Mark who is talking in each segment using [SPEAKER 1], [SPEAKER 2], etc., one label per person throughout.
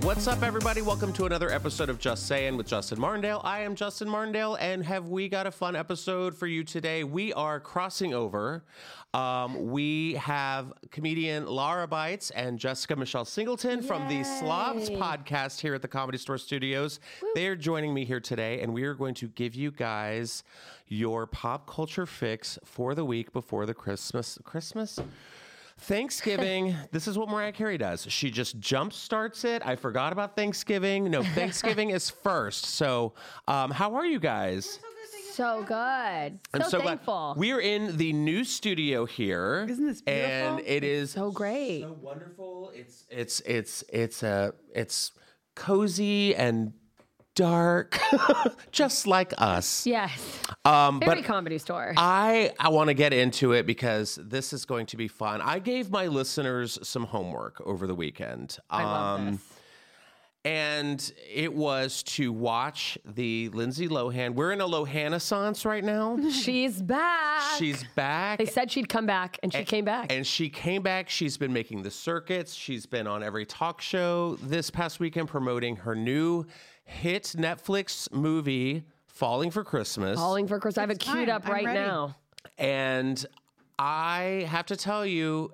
[SPEAKER 1] What's up, everybody? Welcome to another episode of Just Sayin' with Justin Martindale. I am Justin Martindale, and have we got a fun episode for you today? We are crossing over. Um, we have comedian Laura Bites and Jessica Michelle Singleton from the Slobs podcast here at the Comedy Store Studios. They're joining me here today, and we are going to give you guys your pop culture fix for the week before the Christmas Christmas Thanksgiving, this is what Mariah Carey does. She just jump starts it. I forgot about Thanksgiving. No, Thanksgiving is first. So, um, how are you guys?
[SPEAKER 2] So good. So, thankful.
[SPEAKER 1] glad. We are in the new studio here.
[SPEAKER 3] Isn't this beautiful?
[SPEAKER 1] And it is
[SPEAKER 2] so great.
[SPEAKER 1] so wonderful. It's it's it's it's a it's cozy and dark, just like us.
[SPEAKER 2] yes.
[SPEAKER 1] Um,
[SPEAKER 2] Very
[SPEAKER 1] but um,
[SPEAKER 2] comedy store.
[SPEAKER 1] I, I want to get into it because this is going to be fun. I gave my listeners some homework over the weekend.
[SPEAKER 2] I love this.
[SPEAKER 1] And it was to watch the Lindsay Lohan. We're in a Lohanessance right now.
[SPEAKER 2] She's back.
[SPEAKER 1] She's back.
[SPEAKER 2] they said she'd come back, and she came back.
[SPEAKER 1] And she came back. She's been making the circuits. She's been on every talk show this past weekend promoting her new hit Netflix movie, Falling for Christmas.
[SPEAKER 2] Calling for Chris. I have it queued
[SPEAKER 3] time.
[SPEAKER 2] up
[SPEAKER 3] I'm
[SPEAKER 2] right
[SPEAKER 3] ready.
[SPEAKER 2] now.
[SPEAKER 1] And I have to tell you,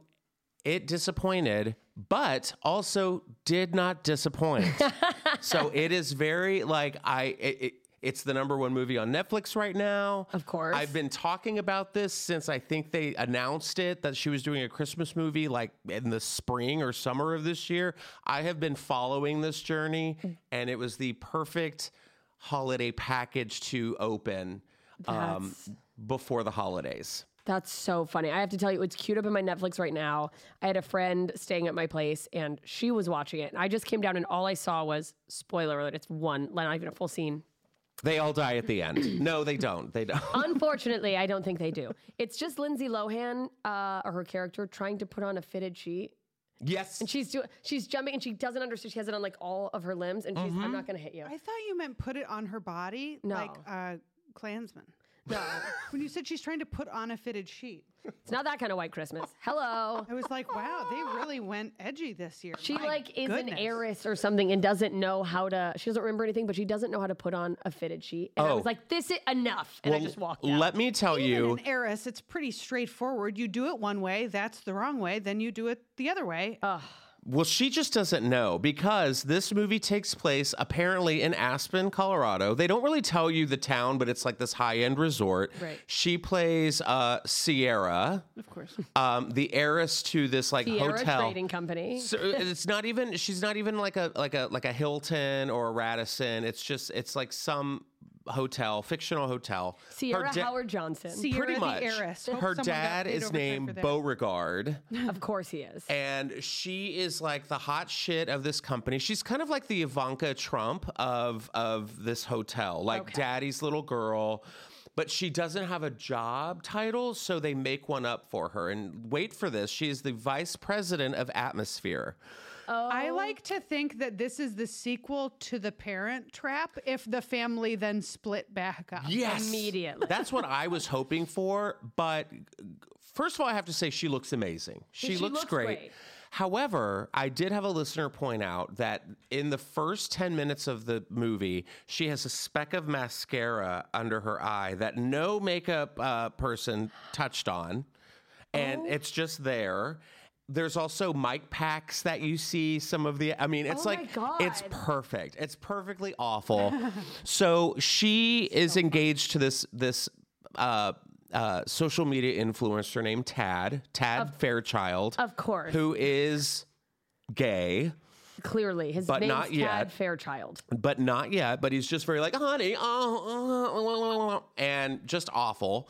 [SPEAKER 1] it disappointed, but also did not disappoint. so it is very like I. It, it, it's the number one movie on Netflix right now.
[SPEAKER 2] Of course.
[SPEAKER 1] I've been talking about this since I think they announced it that she was doing a Christmas movie like in the spring or summer of this year. I have been following this journey, and it was the perfect holiday package to open um,
[SPEAKER 2] That's-
[SPEAKER 1] before the holidays.
[SPEAKER 2] That's so funny. I have to tell you, it's queued up in my Netflix right now. I had a friend staying at my place and she was watching it. And I just came down and all I saw was spoiler alert, it's one, not even a full scene.
[SPEAKER 1] They all die at the end. No, they don't. They
[SPEAKER 2] Um,
[SPEAKER 1] don't.
[SPEAKER 2] Unfortunately, I don't think they do. It's just Lindsay Lohan uh, or her character trying to put on a fitted sheet.
[SPEAKER 1] Yes.
[SPEAKER 2] She's doing. She's jumping, and she doesn't understand. She has it on like all of her limbs, and she's.
[SPEAKER 1] Mm-hmm.
[SPEAKER 2] I'm not gonna hit you.
[SPEAKER 3] I thought you meant put it on her body, like
[SPEAKER 2] No.
[SPEAKER 3] uh, Klansman. No. when you said she's trying to put on a fitted sheet,
[SPEAKER 2] It's not that kind of white Christmas. Hello.
[SPEAKER 1] Oh
[SPEAKER 3] I was like, wow, they really went edgy this year.
[SPEAKER 2] She
[SPEAKER 3] My
[SPEAKER 2] like is an
[SPEAKER 3] goodness.
[SPEAKER 2] heiress or something and doesn't know how to. She doesn't remember anything, but she doesn't know how to put on a fitted sheet. And I
[SPEAKER 1] Oh.
[SPEAKER 2] was like, "This is enough," and I just walked out.
[SPEAKER 1] Let me tell
[SPEAKER 3] Even
[SPEAKER 1] you.
[SPEAKER 3] an heiress, it's pretty straightforward. You do it one way, that's the wrong way. Then you do it the other way.
[SPEAKER 2] Oh,
[SPEAKER 1] Well, she just doesn't know because this movie takes place apparently in Aspen, Colorado. They don't really tell you the town, but it's like this high end resort.
[SPEAKER 3] Right.
[SPEAKER 1] She plays uh, Sierra,
[SPEAKER 3] of course.
[SPEAKER 1] um, the heiress to this like
[SPEAKER 2] Sierra
[SPEAKER 1] hotel.
[SPEAKER 2] Trading Company.
[SPEAKER 1] So uh, it's not even she's not even like a like a like a Hilton or a Radisson. It's just it's like some hotel, fictional hotel. Her
[SPEAKER 2] Sierra
[SPEAKER 1] da-
[SPEAKER 2] Howard Johnson.
[SPEAKER 3] Sierra
[SPEAKER 1] Pretty
[SPEAKER 3] the
[SPEAKER 1] much.
[SPEAKER 3] heiress. Hope
[SPEAKER 1] Her
[SPEAKER 3] someone got
[SPEAKER 1] dad
[SPEAKER 3] paid
[SPEAKER 1] is
[SPEAKER 3] overtime for
[SPEAKER 1] named
[SPEAKER 3] that.
[SPEAKER 1] Beauregard,
[SPEAKER 2] of course he is.
[SPEAKER 1] and she is like the hot shit of this company. She's kind of like the Ivanka Trump of of this hotel, like daddy's little girl. But she doesn't have a job title, so they make one up for her. And wait for this, she is the vice president of atmosphere.
[SPEAKER 2] Oh.
[SPEAKER 3] I like to think that this is the sequel to the parent trap if the family then split back up.
[SPEAKER 1] Yes.
[SPEAKER 2] Immediately.
[SPEAKER 1] That's what I was hoping for. But first of all, I have to say she looks amazing. She,
[SPEAKER 2] she
[SPEAKER 1] looks,
[SPEAKER 2] looks
[SPEAKER 1] great.
[SPEAKER 2] great.
[SPEAKER 1] However, I did have a listener point out that in the first 10 minutes of the movie, she has a speck of mascara under her eye that no makeup uh, person touched on.
[SPEAKER 2] Oh.
[SPEAKER 1] And it's just there. There's also mic packs that you see some of the I mean it's
[SPEAKER 2] Oh my
[SPEAKER 1] like it's
[SPEAKER 2] God.
[SPEAKER 1] perfect. It's perfectly awful. so she is engaged to this this uh, uh, social media influencer named Tad Tad Fairchild,
[SPEAKER 2] of course.
[SPEAKER 1] who is gay,
[SPEAKER 2] Clearly, his
[SPEAKER 1] But
[SPEAKER 2] name's
[SPEAKER 1] not
[SPEAKER 2] Tad
[SPEAKER 1] yet.
[SPEAKER 2] Fairchild.
[SPEAKER 1] but not yet. But he's just very like honey, oh, oh, and just awful.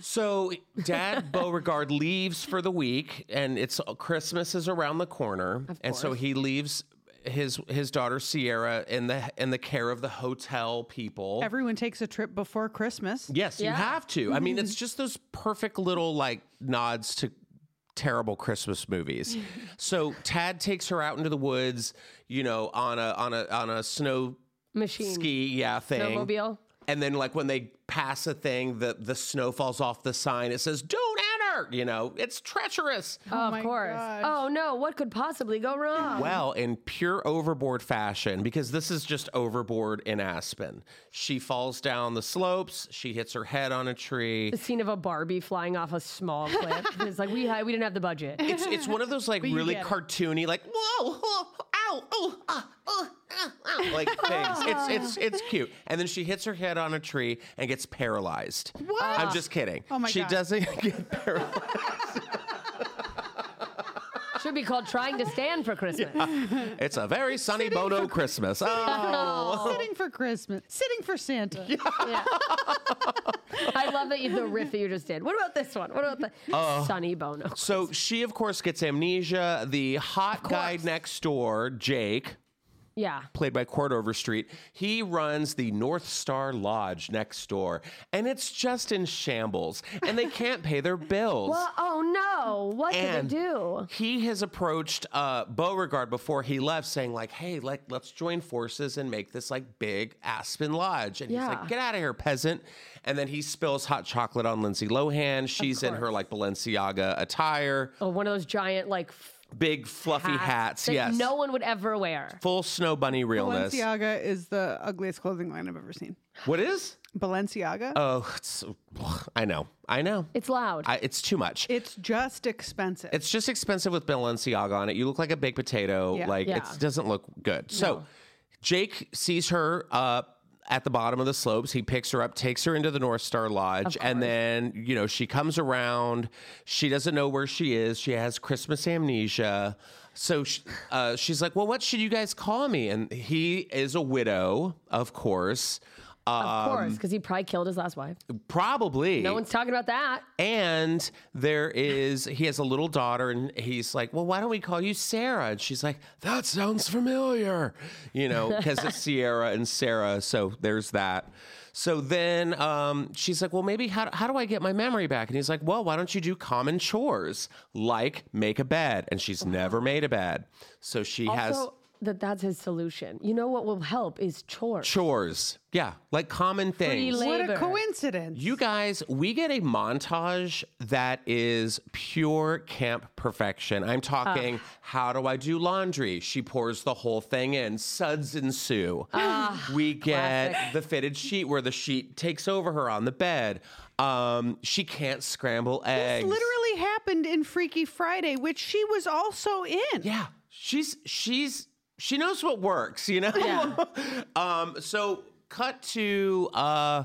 [SPEAKER 1] So Dad Beauregard leaves for the week, and it's Christmas is around the corner, and so he leaves his his daughter Sierra in the in the care of the hotel people.
[SPEAKER 3] Everyone takes a trip before Christmas.
[SPEAKER 1] yes, you
[SPEAKER 2] Yeah. Mm-hmm.
[SPEAKER 1] have to. I mean, it's just those perfect little like nods to terrible Christmas movies. so Tad takes her out into the woods, you know, on a on a on a snow
[SPEAKER 2] Machine.
[SPEAKER 1] ski yeah thing.
[SPEAKER 2] Snowmobile.
[SPEAKER 1] And then like when they pass a thing, the the snow falls off the sign. It says, "Don't dirt. You know, it's treacherous.
[SPEAKER 2] Oh, of
[SPEAKER 3] my
[SPEAKER 2] course.
[SPEAKER 3] gosh.
[SPEAKER 2] Oh no, what could possibly go wrong?
[SPEAKER 1] Well, in pure overboard fashion, because this is just overboard in Aspen. She falls down the slopes. She hits her head on a tree.
[SPEAKER 2] the scene of a Barbie flying off a small cliff. it's like we had, we didn't have the budget.
[SPEAKER 1] It's it's one of those like really
[SPEAKER 3] get it.
[SPEAKER 1] cartoony, like whoa, whoa, ow, oh, ah, oh, ah, ow, like things. It's it's it's cute. And then she hits her head on a tree and gets paralyzed. What? I'm just kidding. Oh
[SPEAKER 3] my
[SPEAKER 1] she
[SPEAKER 3] God.
[SPEAKER 1] doesn't get paralyzed.
[SPEAKER 2] Should be called trying to stand for Christmas.
[SPEAKER 1] It's a very sunny Bono Christmas. Oh.
[SPEAKER 3] Sitting for Christmas. Sitting for Santa.
[SPEAKER 2] Yeah. I love that you, the riff that you just did. What about this one? What about the
[SPEAKER 1] Uh.
[SPEAKER 2] Sunny Bono?
[SPEAKER 1] So she of course gets amnesia. The hot guy
[SPEAKER 2] course.
[SPEAKER 1] next door, Jake.
[SPEAKER 2] Yeah.
[SPEAKER 1] played by Cordover Street, he runs the North Star Lodge next door, and it's just in shambles, and they can't pay their bills.
[SPEAKER 2] Well, oh no, what
[SPEAKER 1] and
[SPEAKER 2] did they do?
[SPEAKER 1] he has approached uh, Beauregard before he left, saying like, "Hey, like, let's join forces and make this like big Aspen Lodge." And he's
[SPEAKER 2] Yeah.
[SPEAKER 1] like, "Get out of here, peasant!" And then he spills hot chocolate on Lindsay Lohan. She's in her like Balenciaga attire,
[SPEAKER 2] Oh, one of those giant like f-
[SPEAKER 1] big fluffy hats.
[SPEAKER 2] that
[SPEAKER 1] yes,
[SPEAKER 2] no one would ever wear.
[SPEAKER 1] full snow bunny realness.
[SPEAKER 3] Balenciaga is the ugliest clothing line I've ever seen.
[SPEAKER 1] What is?
[SPEAKER 3] Balenciaga?
[SPEAKER 1] Oh, it's, I know, I know.
[SPEAKER 2] It's loud.
[SPEAKER 1] I, it's too much.
[SPEAKER 3] it's just expensive.
[SPEAKER 1] it's just expensive with Balenciaga on it. You look like a baked potato.
[SPEAKER 3] Yeah.
[SPEAKER 1] Like
[SPEAKER 2] Yeah.
[SPEAKER 1] it doesn't look good. So Jake sees her uh, at the bottom of the slopes. He picks her up, takes her into the North Star Lodge, and then you know she comes around. She doesn't know where she is. She has Christmas amnesia. So sh uh, she's like, "Well, what should you guys call me?" And he is a widow, of course. Uh,
[SPEAKER 2] of course, because he probably killed his last wife.
[SPEAKER 1] probably.
[SPEAKER 2] No one's talking about that.
[SPEAKER 1] And there is, he has a little daughter, and he's like, Well, why don't we call you Sarah? And she's like, That sounds familiar, you know, because it's Sierra and Sarah. So there's that. So then um, she's like, Well, maybe how, how do I get my memory back? And he's like, Well, why don't you do common chores like make a bed? And she's never made a bed. So she has
[SPEAKER 2] Also, that that's his solution. You know what will help is chores.
[SPEAKER 1] chores. Yeah, like common things.
[SPEAKER 3] what
[SPEAKER 2] labor.
[SPEAKER 3] a coincidence.
[SPEAKER 1] You guys, we get a montage that is pure camp perfection. I'm talking, how do I do laundry? She pours the whole thing in, suds ensue. we get the fitted sheet where the sheet takes over her on the bed. Um, she can't scramble
[SPEAKER 3] this
[SPEAKER 1] eggs.
[SPEAKER 3] literally happened in Freaky Friday, which she was also in.
[SPEAKER 1] Yeah, she's she's she knows what works, you know. um, so cut to uh,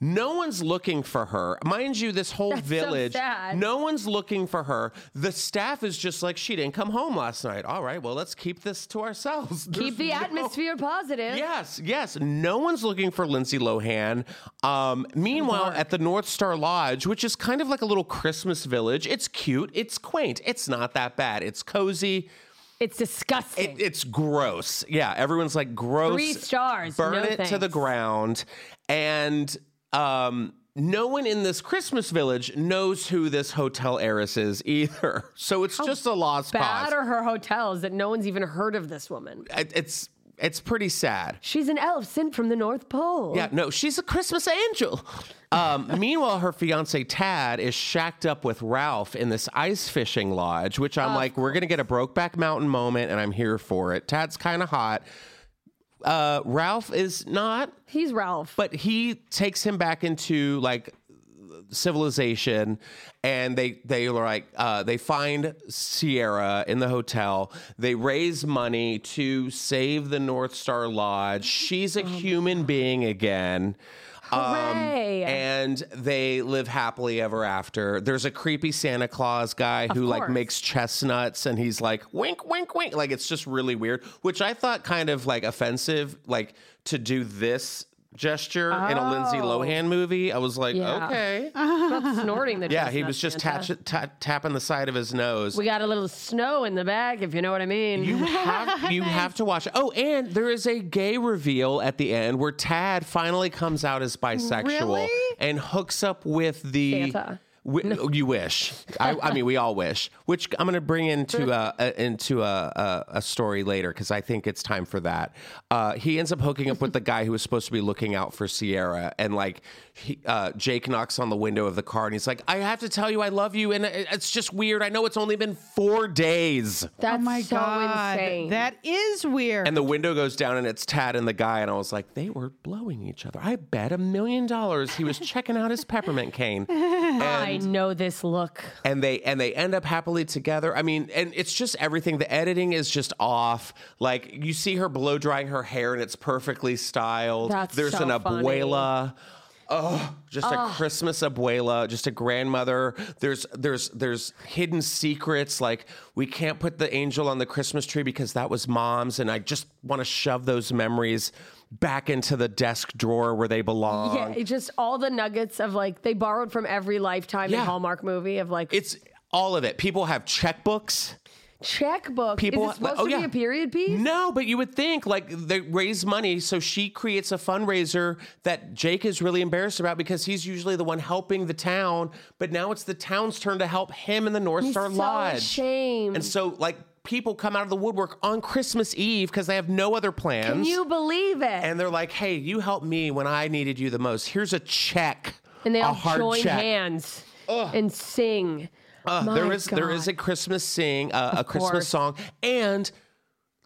[SPEAKER 1] no one's looking for her, mind you. This whole
[SPEAKER 2] That's so
[SPEAKER 1] village,
[SPEAKER 2] sad.
[SPEAKER 1] no one's looking for her. The staff is just like she didn't come home last night. All right, well let's keep this to ourselves.
[SPEAKER 2] Keep the
[SPEAKER 1] There's no-
[SPEAKER 2] atmosphere positive.
[SPEAKER 1] Yes, yes. No one's looking for Lindsay Lohan. Um, meanwhile, at the North Star Lodge, which is kind of like a little Christmas village, it's cute, it's quaint, it's not that bad, it's cozy.
[SPEAKER 2] It's disgusting.
[SPEAKER 1] It, it's gross. Yeah, everyone's like gross.
[SPEAKER 2] Three stars.
[SPEAKER 1] Burn
[SPEAKER 2] No
[SPEAKER 1] it to the
[SPEAKER 2] thanks.
[SPEAKER 1] ground. And um, no one in this Christmas village knows who this hotel heiress is either. So it's just a lost
[SPEAKER 2] Bad
[SPEAKER 1] cause.
[SPEAKER 2] are her hotels that no one's even heard of this woman.
[SPEAKER 1] It- it's it's pretty sad.
[SPEAKER 2] She's an elf sent from the North Pole.
[SPEAKER 1] Yeah, no, she's a Christmas angel. Um, meanwhile, her fiance Tad is shacked up with Ralph in this ice fishing lodge, which I'm like, we're gonna get a Brokeback Mountain moment, and I'm here for it. Tad's kind of hot. Uh, Ralph is not.
[SPEAKER 2] He's Ralph.
[SPEAKER 1] but he takes him back into like civilization and they they are like uh, they find sierra in the hotel they raise money to save the north star lodge she's a human being again
[SPEAKER 2] Hooray.
[SPEAKER 1] um, and they live happily ever after there's a creepy santa claus guy who like
[SPEAKER 2] course.
[SPEAKER 1] makes chestnuts and he's like wink wink wink like it's just really weird which i thought kind of like offensive like to do this gesture in a lindsay
[SPEAKER 2] Oh.
[SPEAKER 1] lohan movie i was like
[SPEAKER 2] Yeah.
[SPEAKER 1] okay
[SPEAKER 2] Not snorting the
[SPEAKER 1] yeah he
[SPEAKER 2] chestnut,
[SPEAKER 1] was just
[SPEAKER 2] Santa.
[SPEAKER 1] tatch- ta- tapping the side of his nose
[SPEAKER 2] We got a little snow in the back, if you know what I mean.
[SPEAKER 1] you have you have to watch it. Oh, and there is a gay reveal at the end where Tad finally comes out as bisexual
[SPEAKER 3] Really?
[SPEAKER 1] and hooks up with the
[SPEAKER 2] Santa.
[SPEAKER 1] Wi- You wish. I, I mean, we all wish. Which I'm going to bring into a, a into a, a, a story later because I think it's time for that. Uh, he ends up hooking up with the guy who was supposed to be looking out for Sierra, and like he, uh, Jake knocks on the window of the car, and he's like, "I have to tell you, I love you, and it- it's just weird. I know it's only been four days."
[SPEAKER 2] That's
[SPEAKER 3] oh my
[SPEAKER 2] so
[SPEAKER 3] god,
[SPEAKER 2] insane.
[SPEAKER 3] that is weird.
[SPEAKER 1] And the window goes down, and it's Tad and the guy, and I was like, they were blowing each other. I bet a million dollars he was checking out his peppermint cane.
[SPEAKER 2] I know this look.
[SPEAKER 1] and they and they end up happily together. I mean, and it's just everything. The editing is just off. Like you see her blow drying her hair, and it's perfectly styled.
[SPEAKER 2] That's
[SPEAKER 1] There's
[SPEAKER 2] so
[SPEAKER 1] an
[SPEAKER 2] funny.
[SPEAKER 1] abuela. Oh, just a Christmas abuela, just a grandmother. There's there's there's hidden secrets like we can't put the angel on the Christmas tree because that was mom's, and I just want to shove those memories back into the desk drawer where they belong.
[SPEAKER 2] Yeah, it's just all the nuggets of like they borrowed from every lifetime
[SPEAKER 1] Yeah.
[SPEAKER 2] and Hallmark movie of like
[SPEAKER 1] It's all of it. People have checkbooks.
[SPEAKER 2] checkbook.
[SPEAKER 1] people-
[SPEAKER 2] Is it supposed
[SPEAKER 1] oh,
[SPEAKER 2] to
[SPEAKER 1] yeah.
[SPEAKER 2] be a period piece?
[SPEAKER 1] No, but you would think like they raise money, so she creates a fundraiser that Jake is really embarrassed about because he's usually the one helping the town, but now it's the town's turn to help him in the North Star
[SPEAKER 2] so
[SPEAKER 1] Lodge.
[SPEAKER 2] ashamed.
[SPEAKER 1] And so like people come out of the woodwork on Christmas Eve because they have no other plans.
[SPEAKER 2] Can you believe it?
[SPEAKER 1] and they're like, "Hey, you helped me when I needed you the most. Here's a check."
[SPEAKER 2] And they
[SPEAKER 1] a
[SPEAKER 2] all
[SPEAKER 1] hard
[SPEAKER 2] join
[SPEAKER 1] check.
[SPEAKER 2] hands and sing.
[SPEAKER 1] Uh, there
[SPEAKER 2] My
[SPEAKER 1] is there is a
[SPEAKER 2] God.
[SPEAKER 1] Christmas sing, uh, a Christmas
[SPEAKER 2] course.
[SPEAKER 1] song, and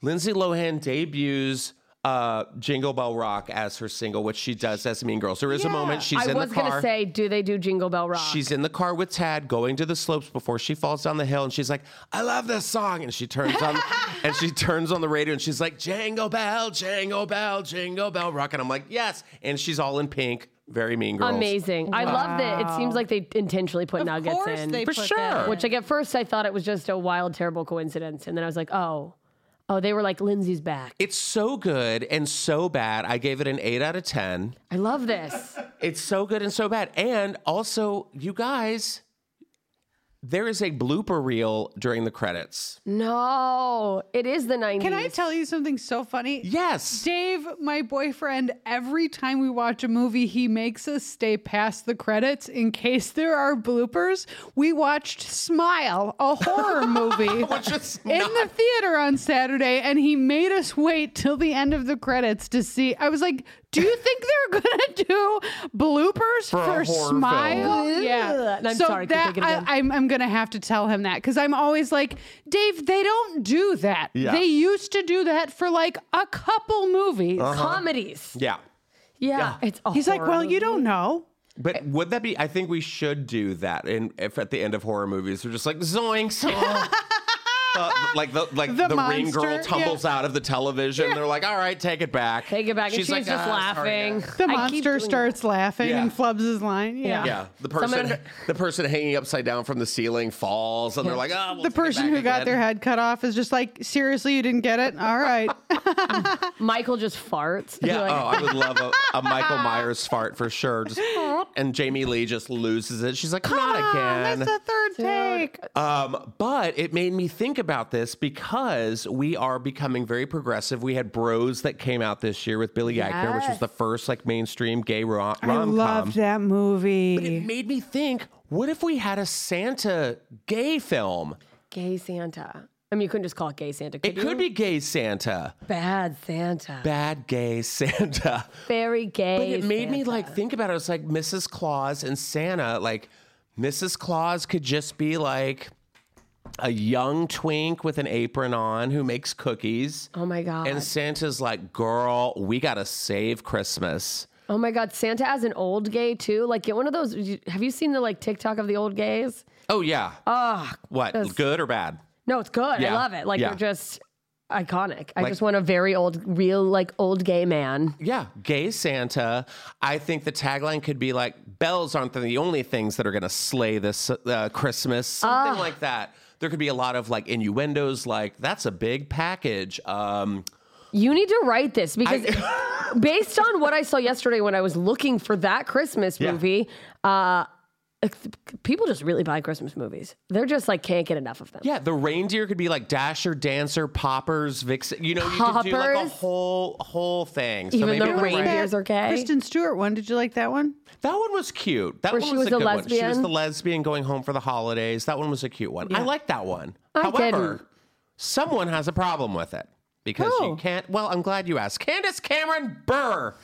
[SPEAKER 1] Lindsay Lohan debuts uh, "Jingle Bell Rock" as her single, which she does as Mean Girls. There is a moment she's
[SPEAKER 2] I
[SPEAKER 1] in
[SPEAKER 2] was
[SPEAKER 1] the
[SPEAKER 2] gonna
[SPEAKER 1] car.
[SPEAKER 2] say, uh, do they do Jingle Bell Rock?
[SPEAKER 1] She's in the car with Tad going to the slopes before she falls down the hill and she's like, I love this song. And she turns on and she turns on the radio and she's like, Jingle Bell, Jingle Bell, Jingle Bell Rock. And I'm like, yes. And she's all in pink, very mean girls.
[SPEAKER 2] Amazing. I love that. It seems like they intentionally put
[SPEAKER 3] of
[SPEAKER 2] nuggets
[SPEAKER 3] course,
[SPEAKER 2] in.
[SPEAKER 3] they
[SPEAKER 1] For
[SPEAKER 3] put
[SPEAKER 1] sure.
[SPEAKER 3] That in.
[SPEAKER 1] Which
[SPEAKER 2] Which, like, at first I thought it was just a wild, terrible coincidence. And then I was like, oh, oh, they were like, Lindsay's back.
[SPEAKER 1] It's so good and so bad. I gave it an eight out of ten.
[SPEAKER 2] I love this.
[SPEAKER 1] It's so good and so bad. And also, you guys, there is a blooper reel during the credits.
[SPEAKER 2] No, it is the 90s.
[SPEAKER 3] Can I tell you something so funny?
[SPEAKER 1] Yes.
[SPEAKER 3] Dave, my boyfriend, every time we watch a movie, he makes us stay past the credits in case there are bloopers. We watched Smile, a horror movie.
[SPEAKER 1] Just
[SPEAKER 3] in the theater on Saturday, and he made us wait till the end of the credits to see. I was like, "Do you think they're gonna do bloopers
[SPEAKER 1] a
[SPEAKER 3] for,
[SPEAKER 1] horror film.
[SPEAKER 3] Smile?"
[SPEAKER 2] Ugh.
[SPEAKER 3] Yeah,
[SPEAKER 2] And I'm
[SPEAKER 3] so
[SPEAKER 2] sorry, keep
[SPEAKER 3] that
[SPEAKER 2] thinking again.
[SPEAKER 3] I, I'm I'm gonna have to tell him that because I'm always like, "Dave, they don't do that.
[SPEAKER 1] Yeah.
[SPEAKER 3] They used to do that for like a couple movies."
[SPEAKER 1] Oh,
[SPEAKER 2] Comedies.
[SPEAKER 1] Uh-huh. yeah.
[SPEAKER 2] Yeah.
[SPEAKER 1] Yeah.
[SPEAKER 2] It's a
[SPEAKER 3] He's like,
[SPEAKER 2] horror
[SPEAKER 3] "Well,
[SPEAKER 2] movie.
[SPEAKER 3] you don't know."
[SPEAKER 1] But would that be? I think we should do that. And if at the end of horror movies, we're just like zoinks, oh. Uh, like the like the,
[SPEAKER 3] The
[SPEAKER 1] ring girl
[SPEAKER 3] monster,
[SPEAKER 1] tumbles out of the television. They're like, all right, take it back.
[SPEAKER 2] Take it back. and she's
[SPEAKER 1] like,
[SPEAKER 2] just
[SPEAKER 1] "Ah, sorry,
[SPEAKER 2] laughing.
[SPEAKER 1] guys."
[SPEAKER 3] The
[SPEAKER 2] I keep
[SPEAKER 3] monster
[SPEAKER 2] doing that.
[SPEAKER 3] starts laughing
[SPEAKER 1] Yeah.
[SPEAKER 3] and flubs his line. Yeah.
[SPEAKER 1] Yeah, the person
[SPEAKER 2] Someone-
[SPEAKER 1] the person hanging upside down from the ceiling falls, and they're like, oh, we'll
[SPEAKER 3] The
[SPEAKER 1] take it
[SPEAKER 3] person
[SPEAKER 1] back
[SPEAKER 3] who got
[SPEAKER 1] again."
[SPEAKER 3] their head cut off is just like, seriously, you didn't get it? All right.
[SPEAKER 2] Michael just farts.
[SPEAKER 1] Yeah.
[SPEAKER 2] Like,
[SPEAKER 1] oh, I would love a, a Michael Myers fart for sure. Just, and Jamie Lee just loses it. She's like, not
[SPEAKER 3] Ah,
[SPEAKER 1] again.
[SPEAKER 3] That's the third take.
[SPEAKER 1] Um, but it made me think about this because we are becoming very progressive. We had Bros that came out this year with Billy Eichner, which was
[SPEAKER 2] Yes.
[SPEAKER 1] the first like mainstream gay rom
[SPEAKER 3] I
[SPEAKER 1] com.
[SPEAKER 3] loved that
[SPEAKER 1] It
[SPEAKER 3] movie.
[SPEAKER 1] made me think. What if we had a Santa gay film?
[SPEAKER 2] Gay Santa. I mean, you couldn't just call it Gay Santa. Could
[SPEAKER 1] It could be gay Santa,
[SPEAKER 2] be Bad Santa.
[SPEAKER 1] bad gay Santa.
[SPEAKER 2] Very gay.
[SPEAKER 1] But it made me
[SPEAKER 2] Santa.
[SPEAKER 1] like think about it. It's like Mrs. Claus and Santa. Like Mrs. Claus could just be like a young twink with an apron on who makes cookies.
[SPEAKER 2] Oh my god.
[SPEAKER 1] And Santa's like, girl, we gotta save Christmas.
[SPEAKER 2] oh my god. Santa as an old gay too. Like get one of those. Have you seen the like TikTok of the old gays?
[SPEAKER 1] Oh yeah.
[SPEAKER 2] Ah,
[SPEAKER 1] what? Good or bad?
[SPEAKER 2] no, it's good.
[SPEAKER 1] Yeah.
[SPEAKER 2] I love it. Like
[SPEAKER 1] Yeah.
[SPEAKER 2] they're just iconic. I just want a very old, real like old gay man.
[SPEAKER 1] Yeah. Gay Santa. I think the tagline could be like, bells aren't the only things that are gonna slay this uh, Christmas. Something like that. There could be a lot of like innuendos, like that's a big package. Um,
[SPEAKER 2] You need to write this because based on what I saw yesterday when I was looking for that Christmas movie, uh, people just really buy Christmas movies. They're just like can't get enough of them.
[SPEAKER 1] Yeah, the reindeer could be like Dasher, Dancer, Poppers, Vixen. You know, you could do like a
[SPEAKER 2] Poppers?
[SPEAKER 1] whole whole thing. So
[SPEAKER 2] Even
[SPEAKER 1] maybe
[SPEAKER 2] the
[SPEAKER 1] we're right.
[SPEAKER 2] reindeer- Here's
[SPEAKER 3] That
[SPEAKER 2] our K.
[SPEAKER 3] Kristen Stewart one. Did you like that one?
[SPEAKER 1] That one was cute. That
[SPEAKER 2] Where
[SPEAKER 1] one
[SPEAKER 2] she
[SPEAKER 1] was,
[SPEAKER 2] was
[SPEAKER 1] a
[SPEAKER 2] the
[SPEAKER 1] good one. She was
[SPEAKER 2] lesbian?
[SPEAKER 1] the lesbian going home for the holidays. That one was a cute one. I like that one.
[SPEAKER 2] I
[SPEAKER 1] However,
[SPEAKER 2] didn't.
[SPEAKER 1] someone has a problem with it because
[SPEAKER 3] Who?
[SPEAKER 1] you can't. Well, I'm glad you asked. Candace Cameron Burr.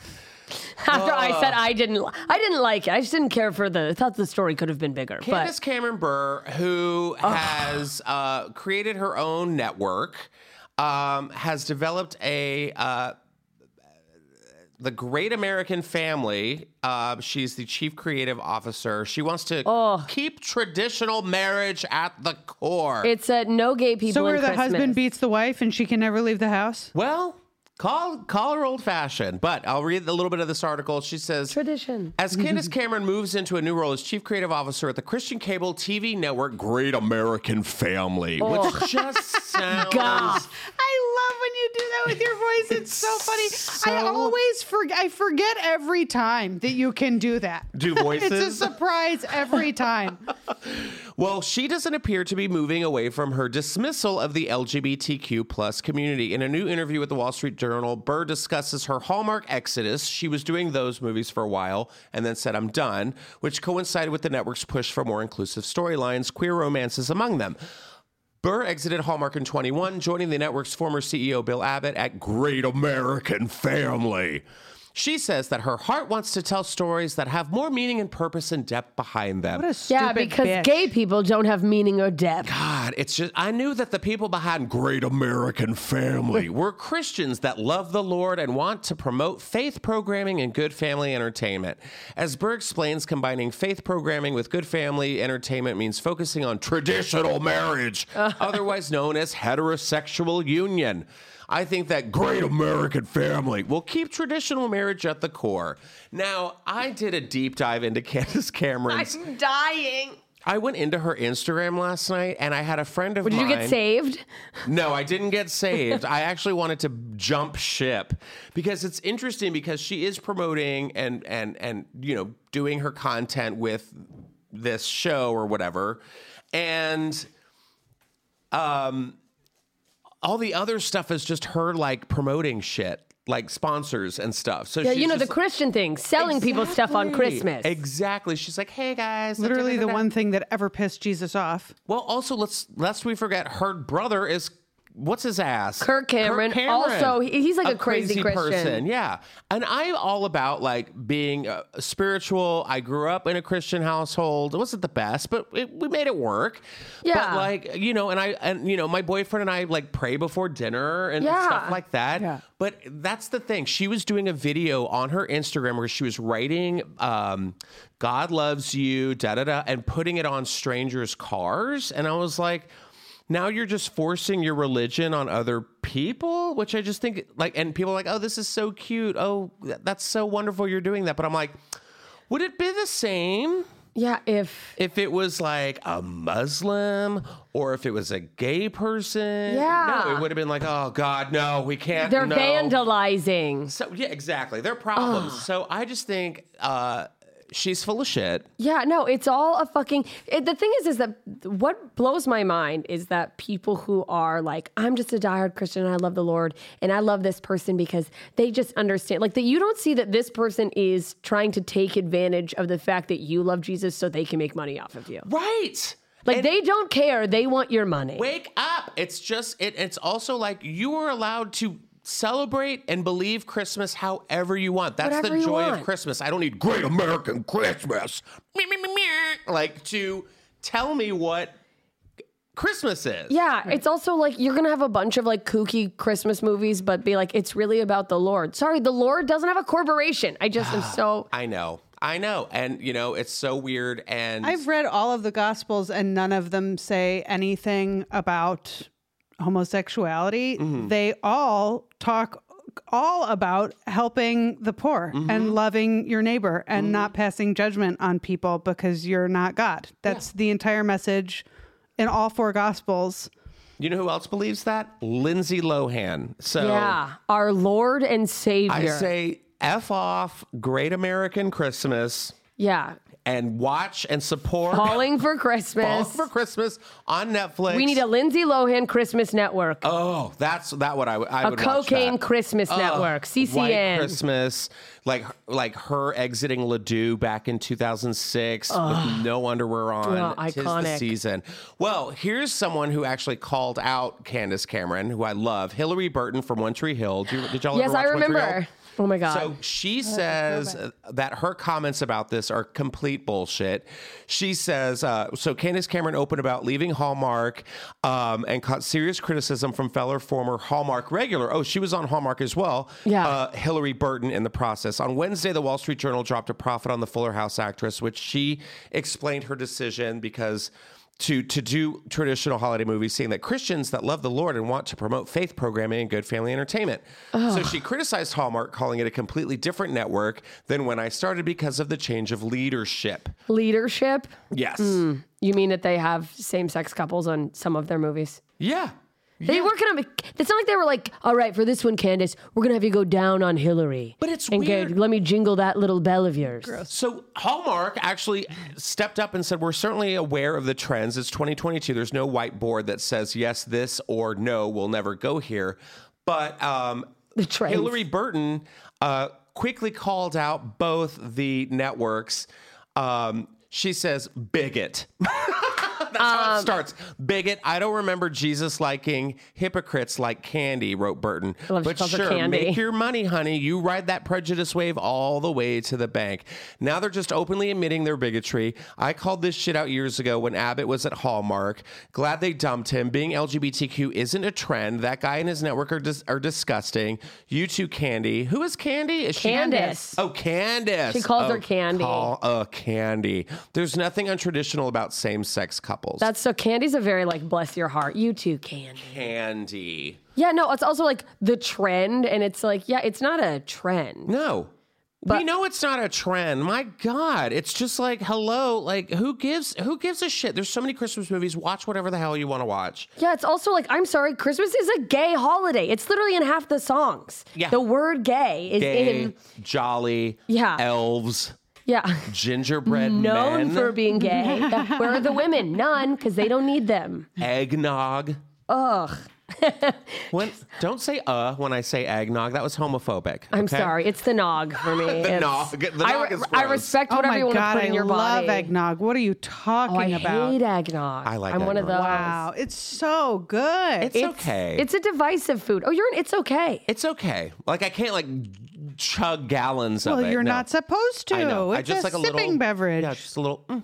[SPEAKER 2] After I said I didn't, li- I didn't like it. I just didn't care for the. I thought the story could have been bigger.
[SPEAKER 1] Candace Cameron Burr, who has uh, created her own network, um, has developed a uh, the Great American Family. Uh, she's the chief creative officer. She wants to keep traditional marriage at the core.
[SPEAKER 2] but it's a no gay people.
[SPEAKER 3] So
[SPEAKER 2] in
[SPEAKER 3] where the
[SPEAKER 2] Christmas.
[SPEAKER 3] husband beats the wife and she can never leave the house.
[SPEAKER 1] well, call call her old fashioned, but I'll read a little bit of this article. She says
[SPEAKER 2] tradition.
[SPEAKER 1] As Candace Cameron moves into a new role as chief creative officer at the Christian cable TV network Great American Family, which just sounds.
[SPEAKER 2] God.
[SPEAKER 3] I love when you do that with your voice. It's so funny. I
[SPEAKER 1] so-
[SPEAKER 3] always forget. I forget every time that you can do that.
[SPEAKER 1] Do
[SPEAKER 3] it's a
[SPEAKER 1] voices?
[SPEAKER 3] surprise every time.
[SPEAKER 1] Well, she doesn't appear to be moving away from her dismissal of the LGBTQ plus community. In a new interview with the Wall Street Journal, Burr discusses her hallmark exodus. She was doing those movies for a while and then said, I'm done, which coincided with the network's push for more inclusive storylines, queer romances among them. Burr exited Hallmark in 21, joining the network's former CEO Bill Abbott at Great American Family. She says that her heart wants to tell stories that have more meaning and purpose and depth behind them.
[SPEAKER 3] What a stupid
[SPEAKER 2] Yeah, because
[SPEAKER 3] bitch.
[SPEAKER 2] gay people don't have meaning or depth.
[SPEAKER 1] God, it's just, I knew that the people behind Great American Family were Christians that love the Lord and want to promote faith programming and good family entertainment. As Burr explains, combining faith programming with good family entertainment means focusing on traditional marriage, otherwise known as heterosexual union. I think that great American family will keep traditional marriage at the core. Now, I did a deep dive into Candace Cameron's
[SPEAKER 2] dying.
[SPEAKER 1] I went into her Instagram last night and I had a friend of
[SPEAKER 2] Did
[SPEAKER 1] mine.
[SPEAKER 2] you get saved?
[SPEAKER 1] No, I didn't get saved. I actually wanted to jump ship because it's interesting because she is promoting and and and you know doing her content with this show or whatever. And um all the other stuff is just her like promoting shit, like sponsors and stuff. So
[SPEAKER 2] Yeah,
[SPEAKER 1] she's
[SPEAKER 2] you know the
[SPEAKER 1] just like-
[SPEAKER 2] Christian thing, selling people stuff on
[SPEAKER 1] Exactly.
[SPEAKER 2] Christmas.
[SPEAKER 1] Exactly. She's like, "Hey guys,
[SPEAKER 3] Literally the
[SPEAKER 1] da-da-da-da-da."
[SPEAKER 3] one thing that ever pissed Jesus off.
[SPEAKER 1] Well, also let's lest we forget her brother is what's his ass?
[SPEAKER 2] Kirk Cameron. Also, he- he's like a crazy Christian.
[SPEAKER 1] person. Yeah, and I'm all about like being uh, spiritual. I grew up in a Christian household. It wasn't the best, but it, we made it work.
[SPEAKER 2] Yeah.
[SPEAKER 1] but like you know, and I and you know, my boyfriend and I like pray before dinner and
[SPEAKER 2] Yeah.
[SPEAKER 1] stuff like that.
[SPEAKER 3] Yeah.
[SPEAKER 1] But that's the thing. She was doing a video on her Instagram where she was writing um, "God loves you," da da da, and putting it on strangers' cars, and I was like. Now you're just forcing your religion on other people, which I just think like, and people are like, oh, this is so cute. Oh, th- that's so wonderful you're doing that. But I'm like, would it be the same?
[SPEAKER 2] yeah, if
[SPEAKER 1] if it was like a Muslim or if it was a gay person.
[SPEAKER 2] Yeah.
[SPEAKER 1] No, it would have been like, oh God, no, we can't.
[SPEAKER 2] they're
[SPEAKER 1] no.
[SPEAKER 2] vandalizing.
[SPEAKER 1] So yeah, exactly. They're problems. So I just think uh, she's full of shit.
[SPEAKER 2] Yeah, no, it's all a fucking. It, the thing is, is that what blows my mind is that people who are like, I'm just a diehard Christian and I love the Lord and I love this person because they just understand, like, that you don't see that this person is trying to take advantage of the fact that you love Jesus so they can make money off of you.
[SPEAKER 1] Right.
[SPEAKER 2] Like, they don't care. They want your money.
[SPEAKER 1] Wake up. It's just it it's also like you are allowed to celebrate and believe Christmas however you want. That's
[SPEAKER 2] Whatever
[SPEAKER 1] the
[SPEAKER 2] you
[SPEAKER 1] joy of
[SPEAKER 2] want.
[SPEAKER 1] Christmas. I don't need great American Christmas. Meh, meh, meh, meh. Like to tell me what Christmas is.
[SPEAKER 2] Yeah, it's also like you're gonna have a bunch of like kooky Christmas movies, but be like, it's really about the Lord. Sorry, the Lord doesn't have a corporation. I just am so.
[SPEAKER 1] I know. I know. And you know, it's so weird and
[SPEAKER 3] I've read all of the Gospels, and none of them say anything about homosexuality. They all talk all about helping the poor and loving your neighbor and not passing judgment on people because you're not God. That's the entire message in all four Gospels.
[SPEAKER 1] you know who else believes that? Lindsay Lohan. So
[SPEAKER 2] Yeah, our Lord and Savior.
[SPEAKER 1] I say F off, Great American Christmas.
[SPEAKER 2] yeah,
[SPEAKER 1] and watch and support
[SPEAKER 2] Calling for
[SPEAKER 1] All
[SPEAKER 2] Christmas.
[SPEAKER 1] for Christmas on Netflix.
[SPEAKER 2] we need a Lindsay Lohan Christmas network.
[SPEAKER 1] Oh, that's that what I, would- I
[SPEAKER 2] a
[SPEAKER 1] would watch
[SPEAKER 2] cocaine
[SPEAKER 1] that.
[SPEAKER 2] Christmas network.
[SPEAKER 1] White
[SPEAKER 2] CCN.
[SPEAKER 1] Christmas, like like her exiting Ladue back in 2006 with no underwear on.
[SPEAKER 2] Well,
[SPEAKER 1] Tis the
[SPEAKER 2] iconic.
[SPEAKER 1] season. Well, here's someone who actually called out Candace Cameron, who I love, Hillary Burton from One Tree Hill. Do you, did y'all
[SPEAKER 2] Yes,
[SPEAKER 1] ever watch
[SPEAKER 2] I
[SPEAKER 1] One Tree
[SPEAKER 2] remember.
[SPEAKER 1] Hill?
[SPEAKER 2] Oh my God.
[SPEAKER 1] So she says that her comments about this are complete bullshit. She says uh, so. Candace Cameron opened about leaving Hallmark um, and caught serious criticism from fellow former Hallmark regular. Oh, she was on Hallmark as well.
[SPEAKER 2] Yeah.
[SPEAKER 1] Uh, Hillary Burton in the process. On Wednesday, the Wall Street Journal dropped a profit on the Fuller House actress, which she explained her decision because to to do traditional holiday movies, saying that Christians that love the Lord and want to promote faith programming and good family entertainment. So she criticized Hallmark, calling it a completely different network than when I started because of the change of leadership.
[SPEAKER 2] Leadership.
[SPEAKER 1] Yes.
[SPEAKER 2] You mean that they have same sex couples on some of their movies?
[SPEAKER 1] Yeah.
[SPEAKER 2] They working on. It's not like they were like, all right, for this one, Candace, we're gonna have you go down on Hillary.
[SPEAKER 1] But it's
[SPEAKER 2] and
[SPEAKER 1] weird.
[SPEAKER 2] Go, let me jingle that little bell of yours.
[SPEAKER 1] So Hallmark actually stepped up and said, "We're certainly aware of the trends. It's 2022. There's no whiteboard that says yes, this or no. We'll never go here." But um,
[SPEAKER 2] The trends.
[SPEAKER 1] Hillary Burton uh, quickly called out both the networks. Um, she says, "Bigot." That's how
[SPEAKER 2] Um,
[SPEAKER 1] it starts. Bigot. I don't remember Jesus liking hypocrites like candy, wrote Burton.
[SPEAKER 2] love she
[SPEAKER 1] but
[SPEAKER 2] calls her
[SPEAKER 1] sure,
[SPEAKER 2] candy.
[SPEAKER 1] make your money, honey. You ride that prejudice wave all the way to the bank. Now they're just openly admitting their bigotry. I called this shit out years ago when Abbott was at Hallmark. Glad they dumped him. Being LGBTQ isn't a trend. That guy and his network are, dis- are disgusting. You two, Candy. Who is Candy? Is she-
[SPEAKER 2] Candace.
[SPEAKER 1] Oh, Candace.
[SPEAKER 2] She calls
[SPEAKER 1] Oh,
[SPEAKER 2] her Candy.
[SPEAKER 1] Call a Candy. There's nothing untraditional about same-sex couples.
[SPEAKER 2] That's so. Candy's a very like bless your heart. You too, Candy.
[SPEAKER 1] Candy.
[SPEAKER 2] Yeah, no, it's also like the trend, and it's like, yeah, it's not a trend.
[SPEAKER 1] No. we know it's not a trend. My God, it's just like hello, like who gives who gives a shit? There's so many Christmas movies. Watch whatever the hell you want to watch.
[SPEAKER 2] Yeah, it's also like, I'm sorry, Christmas is a gay holiday. It's literally in half the songs.
[SPEAKER 1] Yeah.
[SPEAKER 2] The word gay is
[SPEAKER 1] Gay,
[SPEAKER 2] in,
[SPEAKER 1] jolly,
[SPEAKER 2] Yeah.
[SPEAKER 1] elves,
[SPEAKER 2] yeah,
[SPEAKER 1] gingerbread
[SPEAKER 2] known
[SPEAKER 1] men,
[SPEAKER 2] for being gay. Where are the women? None, because they don't need them.
[SPEAKER 1] eggnog. Ugh. when don't say uh when I say eggnog. That was homophobic.
[SPEAKER 2] I'm
[SPEAKER 1] okay?
[SPEAKER 2] sorry. It's the nog for me.
[SPEAKER 1] The
[SPEAKER 2] It's-
[SPEAKER 1] nog- the
[SPEAKER 2] I,
[SPEAKER 1] nog is
[SPEAKER 2] I
[SPEAKER 1] gross.
[SPEAKER 2] respect
[SPEAKER 3] Oh
[SPEAKER 2] whatever
[SPEAKER 3] my
[SPEAKER 2] you want
[SPEAKER 3] god,
[SPEAKER 2] to put
[SPEAKER 3] I
[SPEAKER 2] in your
[SPEAKER 3] love
[SPEAKER 2] body.
[SPEAKER 3] eggnog. What are you
[SPEAKER 2] Oh,
[SPEAKER 3] talking
[SPEAKER 2] I
[SPEAKER 3] about?
[SPEAKER 2] hate eggnog.
[SPEAKER 1] I like
[SPEAKER 2] I'm one of
[SPEAKER 1] eggnog.
[SPEAKER 2] those.
[SPEAKER 3] Wow, it's so good.
[SPEAKER 1] It's, okay.
[SPEAKER 2] It's a divisive food. Oh, you're an it's okay.
[SPEAKER 1] it's okay. Like I can't like chug gallons
[SPEAKER 3] well,
[SPEAKER 1] of it.
[SPEAKER 3] you're
[SPEAKER 1] No.
[SPEAKER 3] not supposed to.
[SPEAKER 1] I know.
[SPEAKER 3] It's
[SPEAKER 1] I just
[SPEAKER 3] a
[SPEAKER 1] like a
[SPEAKER 3] sipping
[SPEAKER 1] little
[SPEAKER 3] beverage.
[SPEAKER 1] Yeah, just a little. mm.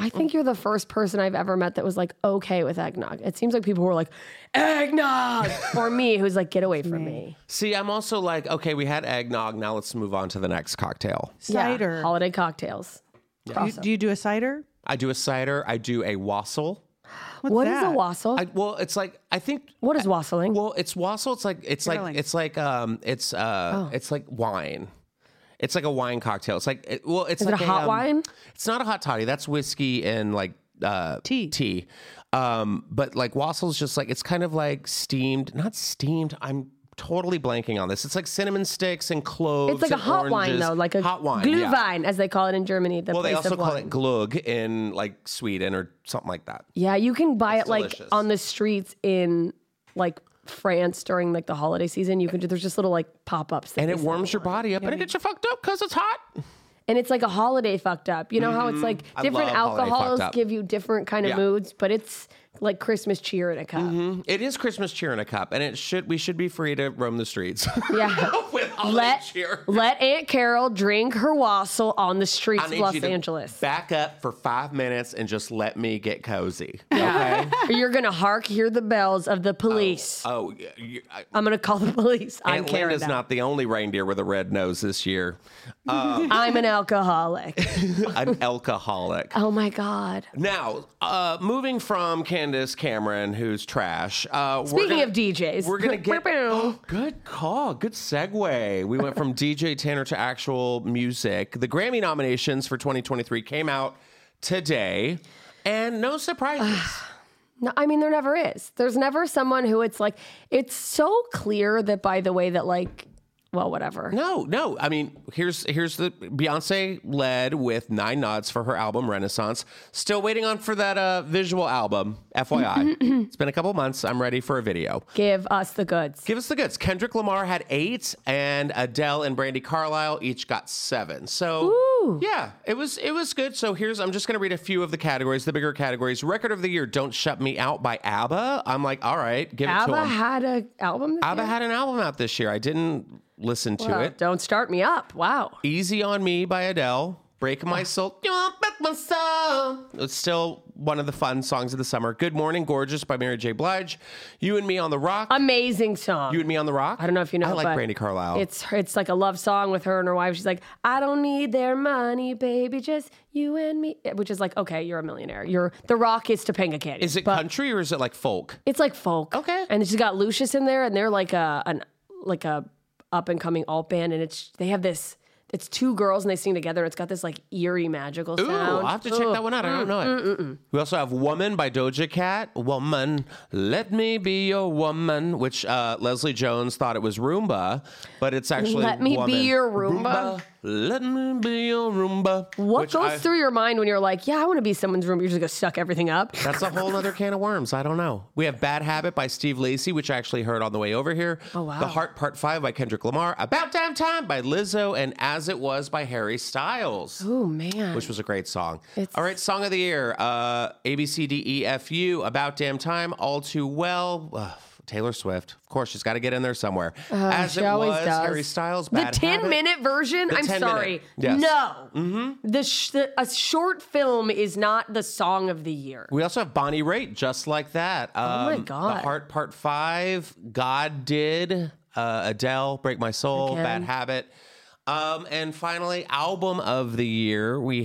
[SPEAKER 2] I think you're the first person I've ever met that was like okay with eggnog. It seems like people were like eggnog, or me who's like get away from me.
[SPEAKER 1] See, I'm also like, okay, we had eggnog. Now let's move on to the next cocktail.
[SPEAKER 2] Yeah,
[SPEAKER 3] Cider.
[SPEAKER 2] holiday cocktails.
[SPEAKER 3] You- do you do a cider?
[SPEAKER 1] I do a cider. I do a wassail.
[SPEAKER 3] What's
[SPEAKER 2] What is
[SPEAKER 3] that?
[SPEAKER 2] a wassail?
[SPEAKER 1] I, well, it's like I think.
[SPEAKER 2] what is wassailing?
[SPEAKER 1] Well, it's wassail. It's like it's like
[SPEAKER 3] Caroling.
[SPEAKER 1] it's like um it's
[SPEAKER 2] Oh.
[SPEAKER 1] uh it's like wine. It's like a wine cocktail. It's like it, well, it's
[SPEAKER 2] is it a
[SPEAKER 1] like
[SPEAKER 2] hot
[SPEAKER 1] um,
[SPEAKER 2] wine?
[SPEAKER 1] It's not a hot toddy. That's whiskey and like uh,
[SPEAKER 3] Tea.
[SPEAKER 1] Tea. Um, but like wassail's just like it's kind of like steamed, not steamed. I'm totally blanking on this. It's like cinnamon sticks and cloves.
[SPEAKER 2] It's like a
[SPEAKER 1] and
[SPEAKER 2] hot wine
[SPEAKER 1] oranges.
[SPEAKER 2] though, like a
[SPEAKER 1] hot wine. yeah.
[SPEAKER 2] Glühwein, as they call it in Germany. The
[SPEAKER 1] Well, they
[SPEAKER 2] place
[SPEAKER 1] also
[SPEAKER 2] of
[SPEAKER 1] call
[SPEAKER 2] wine.
[SPEAKER 1] it glug in like Sweden or something like that.
[SPEAKER 2] Yeah, you can buy it like
[SPEAKER 1] delicious.
[SPEAKER 2] on the streets in like France during like the holiday season. You can do there's just little like pop ups
[SPEAKER 1] And it warms your body up and it gets you fucked up because it's hot.
[SPEAKER 2] and it's like a holiday fucked up. You know how it's like different
[SPEAKER 1] Mm-hmm. love holiday
[SPEAKER 2] alcohols
[SPEAKER 1] fucked up.
[SPEAKER 2] give you different kind of
[SPEAKER 1] Yeah. Mm-hmm.
[SPEAKER 2] moods, but it's like Christmas cheer in a cup.
[SPEAKER 1] It is Christmas cheer in a cup, and it should we should be free to roam the streets.
[SPEAKER 2] Yeah.
[SPEAKER 1] With all that
[SPEAKER 2] let
[SPEAKER 1] cheer.
[SPEAKER 2] let Aunt Carol drink her wassail on the streets
[SPEAKER 1] I
[SPEAKER 2] of
[SPEAKER 1] need
[SPEAKER 2] Los
[SPEAKER 1] you to
[SPEAKER 2] Angeles.
[SPEAKER 1] Back up for five minutes and just let me get cozy.
[SPEAKER 2] Yeah. You're gonna hark hear the bells of the police.
[SPEAKER 1] Oh, y- y- I-
[SPEAKER 2] I'm gonna call the police. I'm
[SPEAKER 1] Aunt
[SPEAKER 2] Karen.
[SPEAKER 1] Linda's
[SPEAKER 2] now.
[SPEAKER 1] not the only reindeer with a red nose this year.
[SPEAKER 2] I'm an alcoholic.
[SPEAKER 1] An alcoholic.
[SPEAKER 2] oh my god.
[SPEAKER 1] Now, uh, moving from Candace Cameron, who's trash. Uh,
[SPEAKER 2] Speaking of DJs.
[SPEAKER 1] we're gonna get Oh,
[SPEAKER 2] Bow-bow.
[SPEAKER 1] good call, good segue. We went from DJ Tanner to actual music. The Grammy nominations for 2023 came out today, and no surprises.
[SPEAKER 2] No, I mean there never is. There's never someone who it's like it's so clear that by the way that like well, whatever.
[SPEAKER 1] No, no. I mean, here's here's the Beyonce led with nine nods for her album Renaissance. Still waiting on for that uh, visual album. FYI, it's been a couple months. I'm ready for a video.
[SPEAKER 2] Give us the goods.
[SPEAKER 1] Give us the goods. Kendrick Lamar had eight, and Adele and Brandy Carlisle each got seven. So yeah, it was it was good. So here's I'm just gonna read a few of the categories, the bigger categories. Record of the year, "Don't Shut Me Out" by ABBA. I'm like, all right, give it to
[SPEAKER 2] ABBA
[SPEAKER 1] them.
[SPEAKER 2] had a album. This
[SPEAKER 1] ABBA
[SPEAKER 2] year?
[SPEAKER 1] had an album out this year. I didn't listen to
[SPEAKER 2] Wow,
[SPEAKER 1] it.
[SPEAKER 2] Don't start me up. Wow.
[SPEAKER 1] Easy on Me by Adele. Break
[SPEAKER 2] Ah.
[SPEAKER 1] My Soul. You won't break my soul. It's still one of the fun songs of the summer. Good Morning Gorgeous by Mary J. Blige. You and Me on the Rock.
[SPEAKER 2] Amazing song.
[SPEAKER 1] you and Me on the Rock.
[SPEAKER 2] I don't know if you know.
[SPEAKER 1] I like
[SPEAKER 2] but
[SPEAKER 1] Brandy Carlisle.
[SPEAKER 2] It's it's like a love song with her and her wife. She's like, I don't need their money, baby, just you and me. Which is like, okay, you're a millionaire. You're the Rock is Topanga Canyon.
[SPEAKER 1] is it country or is it like folk?
[SPEAKER 2] It's like folk.
[SPEAKER 1] Okay.
[SPEAKER 2] And she's got Lucius in there, and they're like a an like a up and coming alt band, and it's they have this. It's two girls and they sing together, and it's got this like eerie magical
[SPEAKER 1] Ooh,
[SPEAKER 2] sound.
[SPEAKER 1] I'll have to check that one out. I
[SPEAKER 2] Mm,
[SPEAKER 1] don't know it. We also have Woman by Doja Cat. Woman, let me be your woman, which uh, Leslie Jones thought it was Roomba, but it's actually
[SPEAKER 2] Let me be
[SPEAKER 1] Woman.
[SPEAKER 2] your Roomba?
[SPEAKER 1] Let me be your Roomba.
[SPEAKER 2] What
[SPEAKER 1] which
[SPEAKER 2] goes
[SPEAKER 1] I-
[SPEAKER 2] through your mind when you're like, yeah, I want to be someone's room. You're just gonna suck everything up.
[SPEAKER 1] That's a whole other can of worms. I don't know. We have Bad Habit by Steve Lacy, which I actually heard on the way over here.
[SPEAKER 2] Oh, wow.
[SPEAKER 1] The Heart Part 5 by Kendrick Lamar. About Damn Time by Lizzo. And As It Was by Harry Styles.
[SPEAKER 2] Oh man.
[SPEAKER 1] Which was a great song.
[SPEAKER 2] It's-
[SPEAKER 1] All right, song of the year uh, ABCDEFU, About Damn Time, All Too Well. Ugh, Taylor Swift. Of course, she's got to get in there somewhere. As
[SPEAKER 2] Uh, she
[SPEAKER 1] It
[SPEAKER 2] always
[SPEAKER 1] Was,
[SPEAKER 2] does.
[SPEAKER 1] Harry Styles,
[SPEAKER 2] the
[SPEAKER 1] Bad
[SPEAKER 2] 10
[SPEAKER 1] Habit.
[SPEAKER 2] minute version?
[SPEAKER 1] The 10
[SPEAKER 2] I'm
[SPEAKER 1] minute.
[SPEAKER 2] sorry.
[SPEAKER 1] Yes.
[SPEAKER 2] No. Mm-hmm. The, sh- the a short film is not the song of the year.
[SPEAKER 1] We also have Bonnie Raitt, just like that. Um,
[SPEAKER 2] Oh my God.
[SPEAKER 1] The Heart Part Five, God Did, uh, Adele, Break My Soul,
[SPEAKER 2] Again.
[SPEAKER 1] Bad Habit. Um, and finally, album of the year, we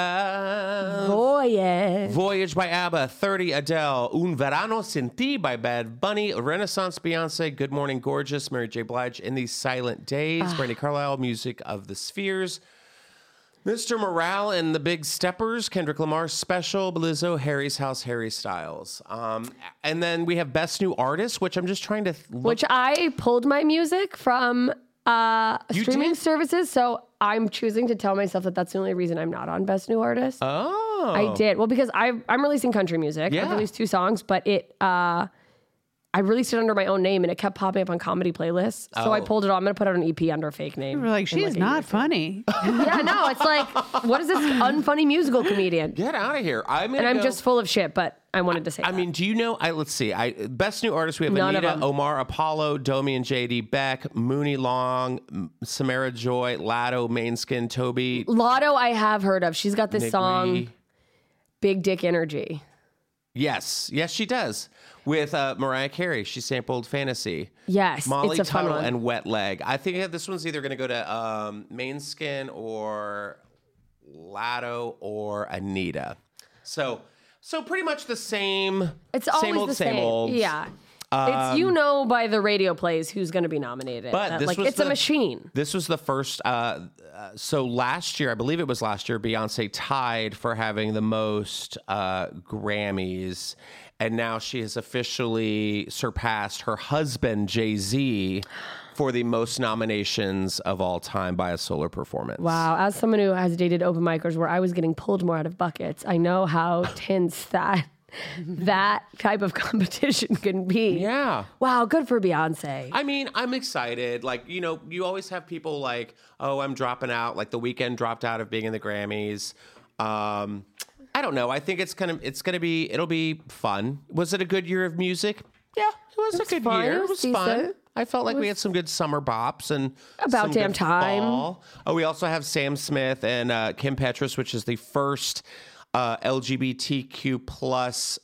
[SPEAKER 1] have
[SPEAKER 2] Oh yeah.
[SPEAKER 1] Voyage by ABBA, 30 Adele, Un Verano Sin Ti by Bad Bunny, Renaissance Beyonce, Good Morning Gorgeous, Mary J. Blige, In These Silent Days, Brandy
[SPEAKER 2] Ah.
[SPEAKER 1] Carlisle, Music of the Spheres, Mr. Morale and the Big Steppers, Kendrick Lamar Special, Blizzo, Harry's House, Harry Styles. Um, and then we have Best New Artist, which I'm just trying to. Th-
[SPEAKER 2] Which I pulled my music from uh, streaming
[SPEAKER 1] did?
[SPEAKER 2] services, so I'm choosing to tell myself that that's the only reason I'm not on Best New Artist.
[SPEAKER 1] oh.
[SPEAKER 2] I did well because I I'm releasing country music.
[SPEAKER 1] Yeah.
[SPEAKER 2] I released two songs, but it uh I released it under my own name and it kept popping up on comedy playlists. So I
[SPEAKER 1] Oh.
[SPEAKER 2] pulled it on. I'm gonna put out an EP under a fake name.
[SPEAKER 3] We're like, she's not funny.
[SPEAKER 2] yeah, no, it's like what is this unfunny musical comedian?
[SPEAKER 1] Get out of here. I'm
[SPEAKER 2] And I'm just full of shit, but I wanted to say
[SPEAKER 1] I mean, do you know? I let's see. I best new artist we have
[SPEAKER 2] None of
[SPEAKER 1] Anita,
[SPEAKER 2] them.
[SPEAKER 1] Omar, Apollo, Domi, and JD Beck, Mooney Long, M- Samara Joy, Lado, Mainskin, Toby,
[SPEAKER 2] Lotto I have heard of. She's got this
[SPEAKER 1] Negri.
[SPEAKER 2] song Big Dick Energy.
[SPEAKER 1] Yes, yes, she does. With uh, Mariah Carey, she sampled "Fantasy."
[SPEAKER 2] Yes,
[SPEAKER 1] Molly
[SPEAKER 2] it's a fun
[SPEAKER 1] Tuttle
[SPEAKER 2] one.
[SPEAKER 1] and Wet Leg. I think that this one's either going to go to um, Mainskin or Lado or Anita. So, so pretty much the same.
[SPEAKER 2] It's
[SPEAKER 1] same
[SPEAKER 2] always
[SPEAKER 1] old,
[SPEAKER 2] the same.
[SPEAKER 1] same old. Um,
[SPEAKER 2] Yeah. it's you know by the radio plays who's going to be nominated.
[SPEAKER 1] But
[SPEAKER 2] That,
[SPEAKER 1] this
[SPEAKER 2] like
[SPEAKER 1] was
[SPEAKER 2] it's
[SPEAKER 1] the-
[SPEAKER 2] a machine.
[SPEAKER 1] This was the first. Uh, uh, so last year, I believe it was last year, Beyonce tied for having the most uh, Grammys, and now she has officially surpassed her husband Jay Z for the most nominations of all time by a solo performance.
[SPEAKER 2] Wow, as someone who has dated open micers where I was getting pulled more out of buckets, I know how tense that that type of competition can be.
[SPEAKER 1] Yeah.
[SPEAKER 2] Wow, good for Beyonce.
[SPEAKER 1] I mean, I'm excited. Like, you know, you always have people like, oh, I'm dropping out. Like the weekend dropped out of being in the Grammys. Um, I don't know. I think it's gonna it's gonna be it'll be fun. Was it a good year of music? Yeah, it was a good
[SPEAKER 2] fun.
[SPEAKER 1] year.
[SPEAKER 2] It
[SPEAKER 1] It was
[SPEAKER 2] was
[SPEAKER 1] fun.
[SPEAKER 2] decent.
[SPEAKER 1] I felt like we had some good summer bops and
[SPEAKER 2] About
[SPEAKER 1] some
[SPEAKER 2] damn
[SPEAKER 1] good
[SPEAKER 2] time.
[SPEAKER 1] fall. Oh, we also have Sam Smith and uh, Kim Petras, which is the first uh, LGBTQ plus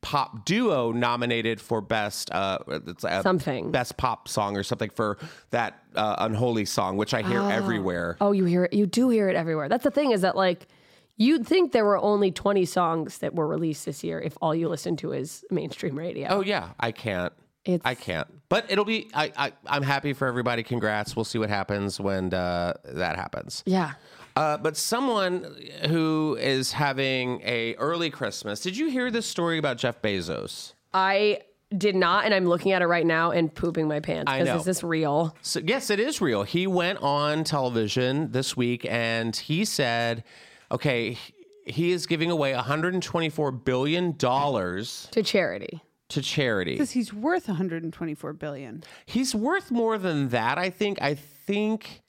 [SPEAKER 1] pop duo nominated for best uh, it's, uh,
[SPEAKER 2] Something.
[SPEAKER 1] best pop song or something for that uh, unholy song, which I hear everywhere.
[SPEAKER 2] oh, you hear it. You do hear it everywhere. That's the thing is that like you'd think there were only 20 songs that were released this year if all you listen to is mainstream radio.
[SPEAKER 1] Oh yeah, I can't.
[SPEAKER 2] It's-
[SPEAKER 1] I can't. But it'll be. I, I I'm happy for everybody. Congrats. We'll see what happens when uh, that happens.
[SPEAKER 2] Yeah.
[SPEAKER 1] Uh, but someone who is having a early Christmas. Did you hear this story about Jeff Bezos?
[SPEAKER 2] I did not, and I'm looking at it right now and pooping my pants.
[SPEAKER 1] I
[SPEAKER 2] because
[SPEAKER 1] know.
[SPEAKER 2] Is this real?
[SPEAKER 1] So, yes, it is real. He went on television this week and he said, okay, he is giving away $124 billion to
[SPEAKER 2] To charity.
[SPEAKER 1] charity.
[SPEAKER 3] Because he's worth 124 billion.
[SPEAKER 1] He's worth more than that, I think. I think.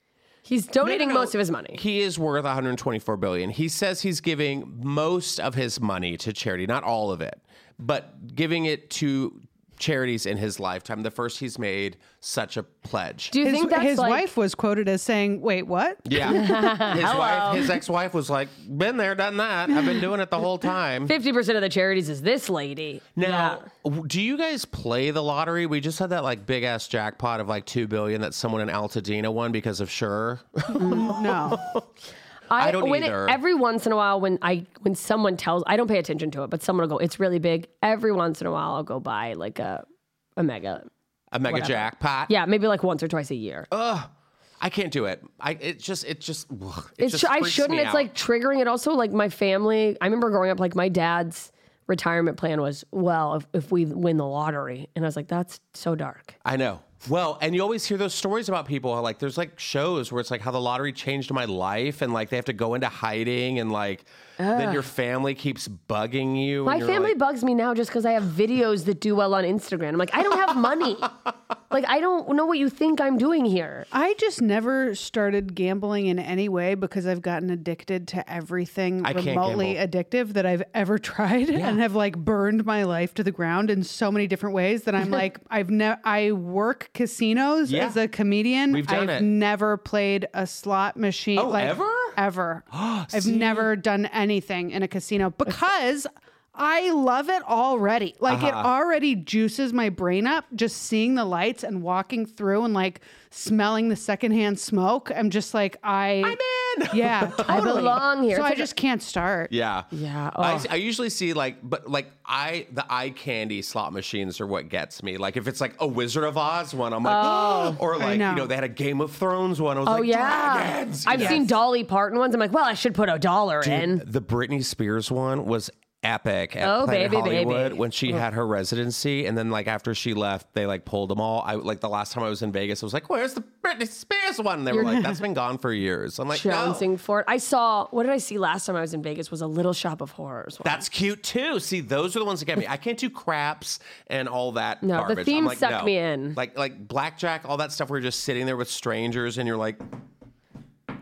[SPEAKER 2] He's
[SPEAKER 1] No, no,
[SPEAKER 2] donating
[SPEAKER 1] no.
[SPEAKER 2] most of his money.
[SPEAKER 1] He is worth 124 billion. He says he's giving most of his money to charity, not all of it, but giving it to charities in his lifetime. The first he's made such a pledge.
[SPEAKER 2] Do you
[SPEAKER 3] His,
[SPEAKER 2] think that's
[SPEAKER 3] his
[SPEAKER 2] like,
[SPEAKER 3] wife was quoted as saying, "Wait, what?
[SPEAKER 1] yeah. His wife, his ex-wife was like, "Been there, done that. I've been doing it the whole time."
[SPEAKER 2] Fifty percent of the charities is this lady.
[SPEAKER 1] Now, w- do you guys play the lottery? We just had that like big ass jackpot of like 2 billion that someone in Altadena won because of sure.
[SPEAKER 3] No,
[SPEAKER 1] I don't
[SPEAKER 2] when
[SPEAKER 1] either.
[SPEAKER 2] every once in a while, when I when someone tells, I don't pay attention to it, but someone will go, "It's really big." Every once in a while, I'll go buy like a a mega.
[SPEAKER 1] A mega jackpot.
[SPEAKER 2] Yeah, maybe like once or twice a year.
[SPEAKER 1] Oh, I can't do it. I it just it just ugh, it
[SPEAKER 2] it's
[SPEAKER 1] just
[SPEAKER 2] I
[SPEAKER 1] freaks
[SPEAKER 2] shouldn't.
[SPEAKER 1] me
[SPEAKER 2] It's
[SPEAKER 1] out.
[SPEAKER 2] like triggering. It also like my family. I remember growing up, like my dad's retirement plan was, well, if, if we win the lottery, and I was like, that's so dark.
[SPEAKER 1] I know. Well, and you always hear those stories about people how, like there's like shows where it's like how the lottery changed my life and like they have to go into hiding and like then your family keeps bugging you. and
[SPEAKER 2] My
[SPEAKER 1] you're
[SPEAKER 2] family
[SPEAKER 1] like-
[SPEAKER 2] bugs me now just because I have videos that do well on Instagram. I'm like, I don't have money. like, I don't know what you think I'm doing here.
[SPEAKER 3] I just never started gambling in any way because I've gotten addicted to everything
[SPEAKER 1] I can't
[SPEAKER 3] remotely addictive that I've ever tried, and have like burned my life to the ground in so many different ways that I'm like, I've never. I work casinos
[SPEAKER 1] Yeah.
[SPEAKER 3] as a comedian.
[SPEAKER 1] We've done it.
[SPEAKER 3] I've never played a slot machine.
[SPEAKER 1] Oh,
[SPEAKER 3] like,
[SPEAKER 1] ever?
[SPEAKER 3] Ever. I've never done anything in a casino because. I love it already. Like it already juices my brain up just seeing the lights and walking through and like smelling the secondhand smoke. I'm just like I
[SPEAKER 1] I'm in.
[SPEAKER 3] Yeah, totally.
[SPEAKER 2] belong here.
[SPEAKER 3] So
[SPEAKER 2] It's
[SPEAKER 3] I
[SPEAKER 2] like a-
[SPEAKER 3] just can't start.
[SPEAKER 1] Yeah.
[SPEAKER 2] Yeah,
[SPEAKER 1] I,
[SPEAKER 2] oh.
[SPEAKER 1] I usually see like, but like I, the eye candy slot machines are what gets me. Like if it's like a Wizard of Oz one, I'm like, or like,
[SPEAKER 3] know.
[SPEAKER 1] you know, they had a Game of Thrones one. I was
[SPEAKER 2] Oh,
[SPEAKER 1] like,
[SPEAKER 2] yeah.
[SPEAKER 1] dragons.
[SPEAKER 2] I've
[SPEAKER 1] Yes.
[SPEAKER 2] seen Dolly Parton ones. I'm like, well, I should put a dollar in.
[SPEAKER 1] The Britney Spears one was epic at
[SPEAKER 2] Oh,
[SPEAKER 1] Planet
[SPEAKER 2] baby, baby.
[SPEAKER 1] Hollywood when she had her residency, and then like after she left, they like pulled them all. I like the last time I was in Vegas, I was like, "Where's the Britney Spears one?" They were like, "That's been gone for years." I'm like,
[SPEAKER 2] Jonesing
[SPEAKER 1] "No,
[SPEAKER 2] for it. I saw, what did I see last time I was in Vegas was a Little Shop of Horrors. one.
[SPEAKER 1] that's cute too." See, those are the ones that get me. I can't do craps and all that.
[SPEAKER 2] No, the
[SPEAKER 1] garbage. I'm
[SPEAKER 2] theme
[SPEAKER 1] like,
[SPEAKER 2] sucked
[SPEAKER 1] no.
[SPEAKER 2] me in.
[SPEAKER 1] Like like blackjack, all that stuff. Where you're just sitting there with strangers, and you're like,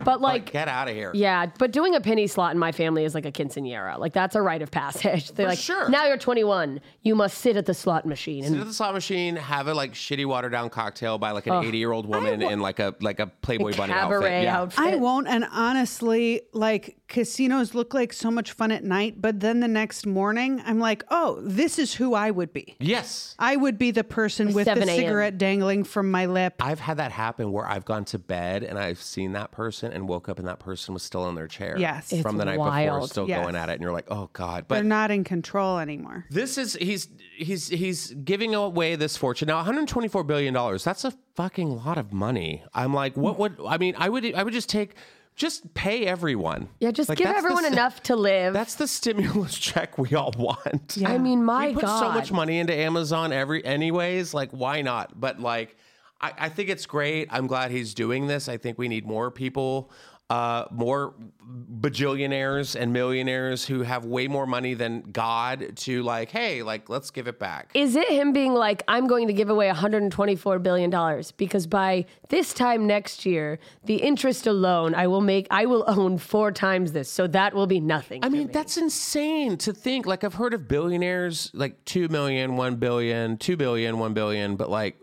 [SPEAKER 2] but like,
[SPEAKER 1] "Get out of here."
[SPEAKER 2] yeah, but doing a penny slot in my family is like a quinceanera. Like, that's a rite of passage. They're like,
[SPEAKER 1] sure.
[SPEAKER 2] now you're 21. You must sit at the slot machine.
[SPEAKER 1] Sit
[SPEAKER 2] And
[SPEAKER 1] at the slot machine, have a like shitty watered down cocktail by like an eighty year old woman in like a like a Playboy bunny outfit.
[SPEAKER 2] cabaret
[SPEAKER 1] Yeah.
[SPEAKER 2] outfit.
[SPEAKER 3] I won't. And honestly, like casinos look like so much fun at night, but then the next morning, I'm like, oh, this is who I would be.
[SPEAKER 1] Yes.
[SPEAKER 3] I would be the person with the
[SPEAKER 2] 7 a.m..
[SPEAKER 3] cigarette dangling from my lip.
[SPEAKER 1] I've had that happen where I've gone to bed and I've seen that person and woke up and that person was still in their chair.
[SPEAKER 3] Yes. It's
[SPEAKER 1] From the night before,
[SPEAKER 2] wild.
[SPEAKER 1] still
[SPEAKER 3] Yes.
[SPEAKER 1] going at it. And you're like, oh God.
[SPEAKER 3] They're
[SPEAKER 1] But
[SPEAKER 3] not in control anymore.
[SPEAKER 1] this is he's he's he's giving away this fortune. Now, 124 billion dollars, that's a fucking lot of money. I'm like, what would I mean, I would I would just take just pay everyone.
[SPEAKER 2] Yeah, just
[SPEAKER 1] Like,
[SPEAKER 2] give
[SPEAKER 1] that's the
[SPEAKER 2] everyone
[SPEAKER 1] s-
[SPEAKER 2] enough to live.
[SPEAKER 1] That's the stimulus check we all want.
[SPEAKER 2] I mean, my
[SPEAKER 1] we put
[SPEAKER 2] God.
[SPEAKER 1] so much money into Amazon every anyways. Like, why not? But like, I, I think it's great. I'm glad he's doing this. I think we need more people, uh, more bajillionaires and millionaires who have way more money than God to like, hey, like, let's give it back.
[SPEAKER 2] Is it him being like, I'm going to give away $124 billion because by this time next year, the interest alone, I will make, I will own four times this. So that will be nothing.
[SPEAKER 1] I mean, that's insane to think. Like, I've heard of billionaires, like 2 million, 1 billion, 2 billion, 1 billion, but like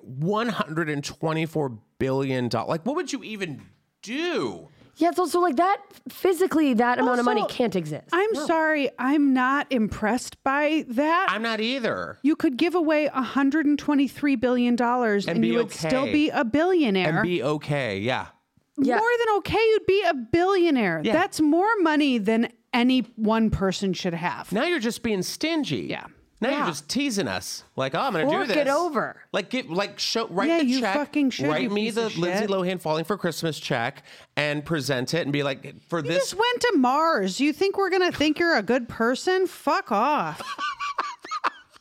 [SPEAKER 1] 124 billion dollars. Like, what would you even do?
[SPEAKER 2] yeah, it's also like that physically, that amount of money
[SPEAKER 3] Also,
[SPEAKER 2] can't exist.
[SPEAKER 3] I'm sorry, I'm not impressed by that.
[SPEAKER 1] I'm not either.
[SPEAKER 3] you could give away 123 billion dollars and,
[SPEAKER 1] be
[SPEAKER 3] you would still
[SPEAKER 1] okay.
[SPEAKER 3] be a billionaire.
[SPEAKER 1] And be okay. Yeah.
[SPEAKER 2] Yeah.
[SPEAKER 3] More than okay, you'd be a billionaire. That's more money than any one person should have.
[SPEAKER 1] Now you're just being stingy.
[SPEAKER 3] Yeah.
[SPEAKER 1] Now
[SPEAKER 2] Yeah.
[SPEAKER 1] you're just teasing us. Like, oh, I'm gonna
[SPEAKER 2] Or
[SPEAKER 1] do this.
[SPEAKER 2] get over.
[SPEAKER 1] Like, get like show write
[SPEAKER 3] Yeah,
[SPEAKER 1] the
[SPEAKER 3] you
[SPEAKER 1] check.
[SPEAKER 3] fucking should,
[SPEAKER 1] write
[SPEAKER 3] you
[SPEAKER 1] me
[SPEAKER 3] piece
[SPEAKER 1] the
[SPEAKER 3] of
[SPEAKER 1] Lindsay
[SPEAKER 3] shit.
[SPEAKER 1] Lohan falling for Christmas check and present it and be like, for
[SPEAKER 3] You
[SPEAKER 1] this
[SPEAKER 3] just went to Mars. You think we're going to think you're a good person? Fuck off.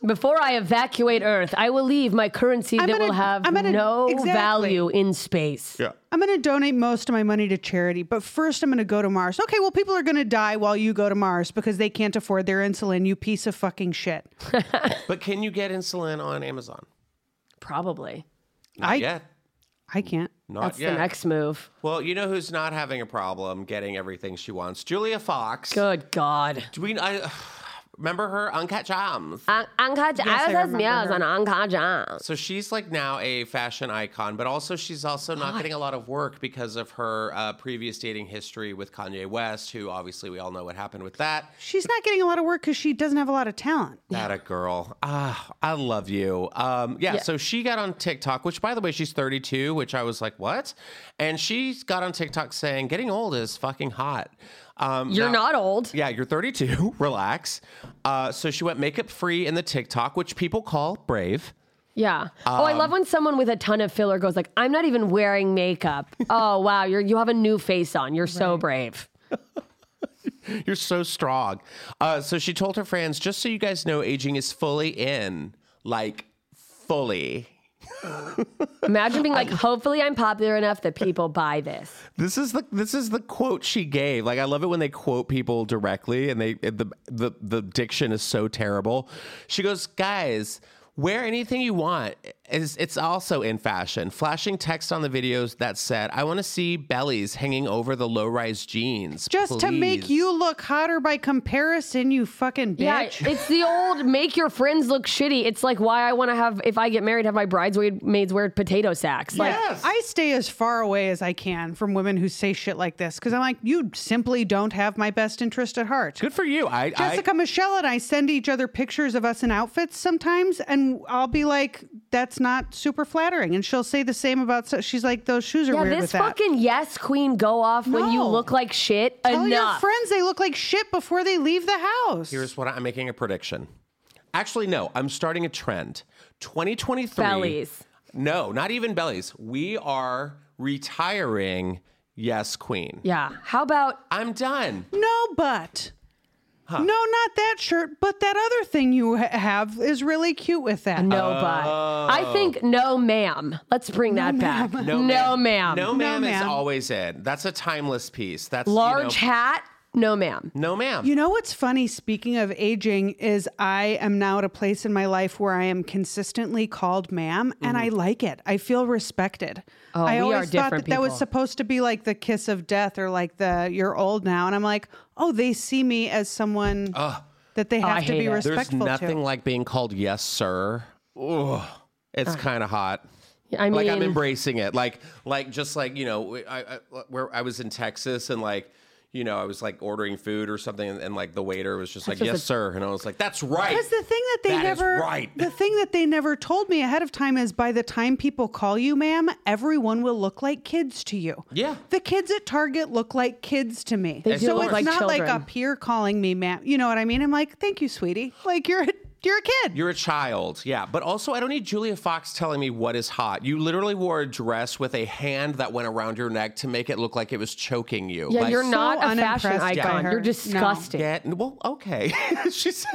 [SPEAKER 2] Before I evacuate Earth, I will leave my currency
[SPEAKER 3] I'm
[SPEAKER 2] that
[SPEAKER 3] gonna-
[SPEAKER 2] will have
[SPEAKER 3] I'm gonna-
[SPEAKER 2] no
[SPEAKER 3] exactly.
[SPEAKER 2] value in space.
[SPEAKER 1] Yeah.
[SPEAKER 3] I'm going to donate most of my money to charity, but first I'm going to go to Mars. Okay, well, people are going to die while you go to Mars because they can't afford their insulin, you piece of fucking shit.
[SPEAKER 1] But can you get insulin on Amazon?
[SPEAKER 2] Probably.
[SPEAKER 1] Not
[SPEAKER 3] I-
[SPEAKER 1] yet.
[SPEAKER 3] I can't.
[SPEAKER 1] Not
[SPEAKER 2] That's
[SPEAKER 1] yet.
[SPEAKER 2] the next move.
[SPEAKER 1] Well, you know who's not having a problem getting everything she wants? Julia Fox.
[SPEAKER 2] Good God.
[SPEAKER 1] Do we? I remember her on Cat Jams.
[SPEAKER 2] An- Anka,
[SPEAKER 3] I
[SPEAKER 2] I was
[SPEAKER 3] remember
[SPEAKER 2] meals
[SPEAKER 3] her.
[SPEAKER 2] on Anka Jams.
[SPEAKER 1] So she's like now a fashion icon, but also she's also not getting a lot of work because of her uh, previous dating history with Kanye West, who obviously we all know what happened with that.
[SPEAKER 3] She's not getting a lot of work because she doesn't have a lot of talent.
[SPEAKER 1] That a girl. Ah, I love you. Um, yeah, So she got on TikTok, which by the way, she's 32, which I was like, what? And she got on TikTok saying, getting old is fucking hot. Um,
[SPEAKER 2] You're
[SPEAKER 1] now-
[SPEAKER 2] not old.
[SPEAKER 1] Yeah, you're 32. Relax. Uh, so she went makeup free in the TikTok, which people call brave.
[SPEAKER 2] Yeah. oh, I
[SPEAKER 3] Um,
[SPEAKER 2] love when someone with a ton of filler goes like, "I'm not even wearing makeup." oh, wow, you're you have a new face on. You're so brave.
[SPEAKER 1] You're so strong. Uh, so she told her friends, just so you guys know, aging is fully in, like fully.
[SPEAKER 2] Imagine being like, "Hopefully, I'm popular enough that people buy this."
[SPEAKER 1] This is the this is the quote she gave. Like I love it when they quote people directly, and they the the the diction is so terrible. She goes, guys. Wear anything you want. Is it's also in fashion. Flashing text on the videos that said, "I want to see bellies hanging over the low-rise jeans."
[SPEAKER 3] Just to make
[SPEAKER 1] please."
[SPEAKER 3] you look hotter by comparison, you fucking
[SPEAKER 2] Yeah,
[SPEAKER 3] bitch.
[SPEAKER 2] it's the old make your friends look shitty. It's like why I want to have if I get married, have my bridesmaids wear potato sacks. Like,
[SPEAKER 1] Yes.
[SPEAKER 3] I stay as far away as I can from women who say shit like this because I'm like, you simply don't have my best interest at heart.
[SPEAKER 1] Good for you. I I,
[SPEAKER 3] Jessica, Michelle, and I send each other pictures of us in outfits sometimes, and I'll be like, "That's not super flattering," and she'll say the same about. So she's like, "Those shoes are
[SPEAKER 2] yeah,
[SPEAKER 3] weird
[SPEAKER 2] this
[SPEAKER 3] with that."
[SPEAKER 2] fucking yes queen go off when you
[SPEAKER 3] No.
[SPEAKER 2] look like shit
[SPEAKER 3] Tell your
[SPEAKER 2] enough.
[SPEAKER 3] friends they look like shit before they leave the house.
[SPEAKER 1] Here's what I, am making a prediction. Actually, no, I'm starting a trend. 2023.
[SPEAKER 2] Bellies.
[SPEAKER 1] No, not even bellies. We are retiring Yes Queen.
[SPEAKER 2] yeah. How about
[SPEAKER 1] I'm done.
[SPEAKER 3] no, but. No, not that shirt, but that other thing you ha- have is really cute with that.
[SPEAKER 2] no but I
[SPEAKER 3] Oh.
[SPEAKER 2] think no ma'am. Let's bring that back. No, ma'am.
[SPEAKER 1] No ma'am is
[SPEAKER 3] ma'am.
[SPEAKER 1] always in. That's a timeless piece. That's you
[SPEAKER 2] Large
[SPEAKER 1] know-
[SPEAKER 2] hat, no ma'am.
[SPEAKER 1] no ma'am.
[SPEAKER 3] You know what's funny, speaking of aging, is I am now at a place in my life where I am consistently called madam and I like it. I feel
[SPEAKER 2] Mm-hmm.
[SPEAKER 3] respected.
[SPEAKER 2] Oh,
[SPEAKER 3] I
[SPEAKER 2] we are
[SPEAKER 3] always thought
[SPEAKER 2] different
[SPEAKER 3] that, that was
[SPEAKER 2] people.
[SPEAKER 3] supposed to be like the kiss of death or like the you're old now. And I'm like, oh, they see me as someone that they
[SPEAKER 2] Oh, I
[SPEAKER 3] have to
[SPEAKER 2] hate
[SPEAKER 3] be
[SPEAKER 2] it. There's
[SPEAKER 1] There's
[SPEAKER 3] respectful
[SPEAKER 1] nothing
[SPEAKER 3] to.
[SPEAKER 1] like being called yes sir. Ugh, it's kind of hot.
[SPEAKER 2] I mean,
[SPEAKER 1] like I'm embracing it. Like like just like you know, I, I where I was in Texas and like you know I was like ordering food or something and, and like the waiter was just like
[SPEAKER 2] just
[SPEAKER 1] yes
[SPEAKER 2] a-
[SPEAKER 1] sir and I was like that's right.
[SPEAKER 3] Because the thing that they
[SPEAKER 1] That is
[SPEAKER 3] never
[SPEAKER 1] right.
[SPEAKER 3] the thing that they never told me ahead of time is by the time people call you ma'am, everyone will look like kids to you.
[SPEAKER 1] Yeah.
[SPEAKER 3] The kids at Target look like kids to me.
[SPEAKER 2] They do
[SPEAKER 3] so
[SPEAKER 2] look
[SPEAKER 3] it's
[SPEAKER 2] like
[SPEAKER 3] not like
[SPEAKER 2] children.
[SPEAKER 3] up here calling me ma'am. You know what I mean? I'm like, thank you, sweetie. Like you're a, you're a kid.
[SPEAKER 1] You're a child, yeah. But also, I don't need Julia Fox telling me what is hot. You literally wore a dress with a hand that went around your neck to make it look like it was choking you.
[SPEAKER 2] yeah,
[SPEAKER 1] like,
[SPEAKER 2] you're not a fashion
[SPEAKER 3] unimpressed by
[SPEAKER 2] icon.
[SPEAKER 3] her.
[SPEAKER 2] You're
[SPEAKER 3] No.
[SPEAKER 2] disgusting.
[SPEAKER 1] Get, well, okay. she's